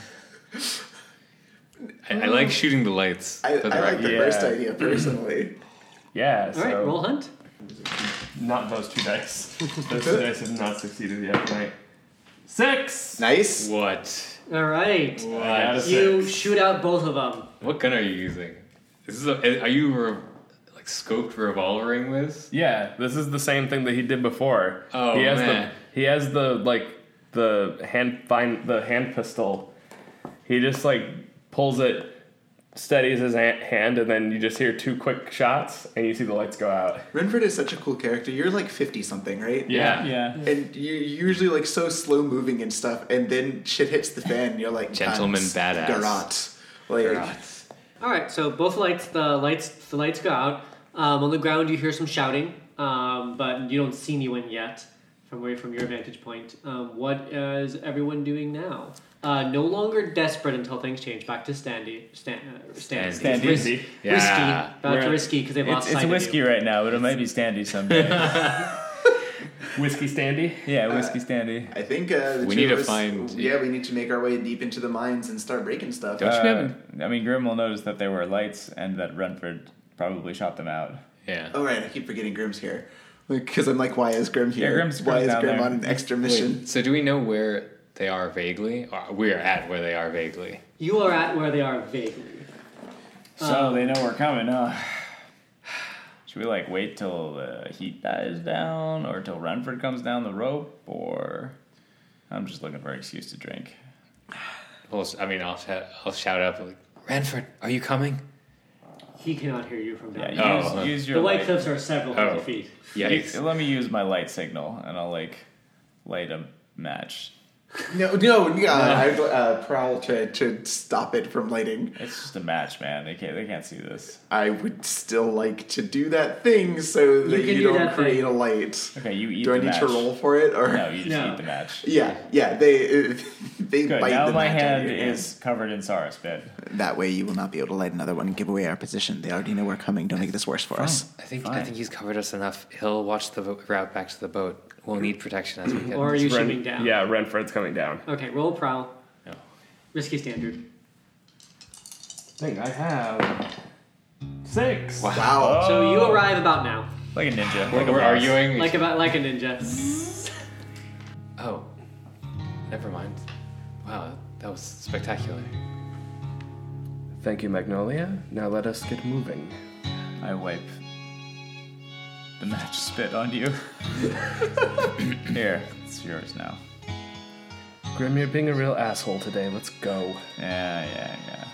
Speaker 5: I, I like shooting the lights.
Speaker 6: I, I
Speaker 5: for Hmm. the
Speaker 6: like
Speaker 5: record.
Speaker 6: the
Speaker 4: Yeah.
Speaker 6: first idea personally.
Speaker 4: Yeah,
Speaker 2: All
Speaker 4: so
Speaker 2: right, roll hunt.
Speaker 4: not those two dice. those two dice have not succeeded yet, right? Six!
Speaker 6: nice.
Speaker 5: What?
Speaker 2: All right,
Speaker 4: I got a
Speaker 2: you
Speaker 4: six.
Speaker 2: shoot out both of them.
Speaker 5: What gun are you using? Is this a, are you re- like scoped revolvering with?
Speaker 4: Yeah, this is the same thing that he did before.
Speaker 5: Oh,
Speaker 4: he has
Speaker 5: man.
Speaker 4: the he has the like the hand fine the hand pistol. He just like pulls it, steadies his han- hand, and then you just hear two quick shots, and you see the lights go out.
Speaker 6: Renford is such a cool character. You're like 50 something, right?
Speaker 5: Yeah.
Speaker 3: Yeah.
Speaker 6: And you're usually like so slow moving and stuff, and then shit hits the fan. and You're like
Speaker 5: Gentleman
Speaker 6: "That's
Speaker 5: badass."
Speaker 6: Garot. Like,
Speaker 2: All right, so both lights, the lights, the lights go out. Um, on the ground, you hear some shouting, um, but you don't see anyone yet from where from your vantage point. Um, what is everyone doing now? Uh, no longer desperate until things change. Back to standy, stand, uh, stand,
Speaker 3: Standy.
Speaker 2: Ris-
Speaker 3: Standy.
Speaker 5: Yeah.
Speaker 2: Risky, back to
Speaker 3: We're-
Speaker 2: risky because they
Speaker 3: It's,
Speaker 2: lost
Speaker 3: it's
Speaker 2: sight
Speaker 3: a
Speaker 2: of
Speaker 3: whiskey
Speaker 2: you.
Speaker 3: right now, but it might be standy someday.
Speaker 4: Whiskey standy.
Speaker 3: yeah, whiskey standy.
Speaker 6: I think uh, the
Speaker 5: We
Speaker 6: two
Speaker 5: need
Speaker 6: of
Speaker 5: to
Speaker 6: us-
Speaker 5: find-
Speaker 6: Yeah, we need to make our way deep into the mines and start breaking stuff.
Speaker 5: Don't you
Speaker 3: Uh,
Speaker 5: have?
Speaker 3: I mean, Grim will notice that there were lights and that Renford probably shot them out.
Speaker 5: Yeah.
Speaker 6: Oh, right. I keep forgetting Grim's here. Because I'm like, why is Grim here?
Speaker 3: Grimm's-
Speaker 6: why
Speaker 3: Grimm's
Speaker 6: is
Speaker 3: down
Speaker 6: Grim
Speaker 3: there.
Speaker 6: on an extra mission?
Speaker 5: Wait, so do we know where they are vaguely? Or we are at where they are vaguely.
Speaker 2: You are at where they are vaguely.
Speaker 3: So
Speaker 2: Oh.
Speaker 3: they know we're coming, huh? Should we like wait till the heat dies down, or till Renford comes down the rope, or I'm just looking for an excuse to drink.
Speaker 5: Well, I mean, I'll shout, I'll shout out like, Ranford, are you coming?
Speaker 2: He cannot hear you from down.
Speaker 3: Yeah,
Speaker 2: there.
Speaker 5: Oh,
Speaker 3: use,
Speaker 5: huh.
Speaker 3: use your
Speaker 2: the white
Speaker 3: light.
Speaker 2: cliffs are several
Speaker 5: Oh.
Speaker 2: hundred feet.
Speaker 5: Yikes.
Speaker 3: Let me use my light signal, and I'll like light a match.
Speaker 6: No, no, yeah. I'd uh, prowl to, to stop it from lighting.
Speaker 3: It's just a match, man. They can't they can't see this.
Speaker 6: I would still like to do that thing so that
Speaker 2: can
Speaker 6: you,
Speaker 2: do
Speaker 6: don't
Speaker 2: that
Speaker 6: create
Speaker 2: thing.
Speaker 6: a light.
Speaker 3: Okay, you eat
Speaker 6: do I
Speaker 3: the
Speaker 6: need
Speaker 3: match.
Speaker 6: to roll for it or?
Speaker 3: No, you just
Speaker 2: No.
Speaker 3: eat the match.
Speaker 6: Yeah, yeah. They they
Speaker 3: Good.
Speaker 6: bite
Speaker 3: now
Speaker 6: the
Speaker 3: my
Speaker 6: match out of
Speaker 3: hand
Speaker 6: your hand.
Speaker 3: is covered in Saurus spit.
Speaker 6: That way, you will not be able to light another one and give away our position. They already know we're coming. Don't make this worse for us.
Speaker 5: I think I
Speaker 3: Fine.
Speaker 5: think he's covered us enough. He'll watch the vo- route back to the boat. We'll need protection as we get.
Speaker 2: Or are you
Speaker 4: Ren-
Speaker 2: shooting down?
Speaker 4: Yeah, Renfred's coming down.
Speaker 2: Okay, roll prowl.
Speaker 5: No.
Speaker 2: Risky standard.
Speaker 4: I think I have six.
Speaker 3: Oh,
Speaker 6: Wow.
Speaker 2: So you arrive about now,
Speaker 3: Like a ninja.
Speaker 5: We're,
Speaker 3: like a
Speaker 5: we're
Speaker 3: boss.
Speaker 5: arguing.
Speaker 2: like about like a ninja.
Speaker 5: oh, never mind. Wow, that was spectacular.
Speaker 4: Thank you, Magnolia. Now let us get moving.
Speaker 3: I wipe the match spit on you. Here, it's yours now.
Speaker 4: Grim, you're being a real asshole today. Let's go.
Speaker 3: Yeah, yeah, yeah.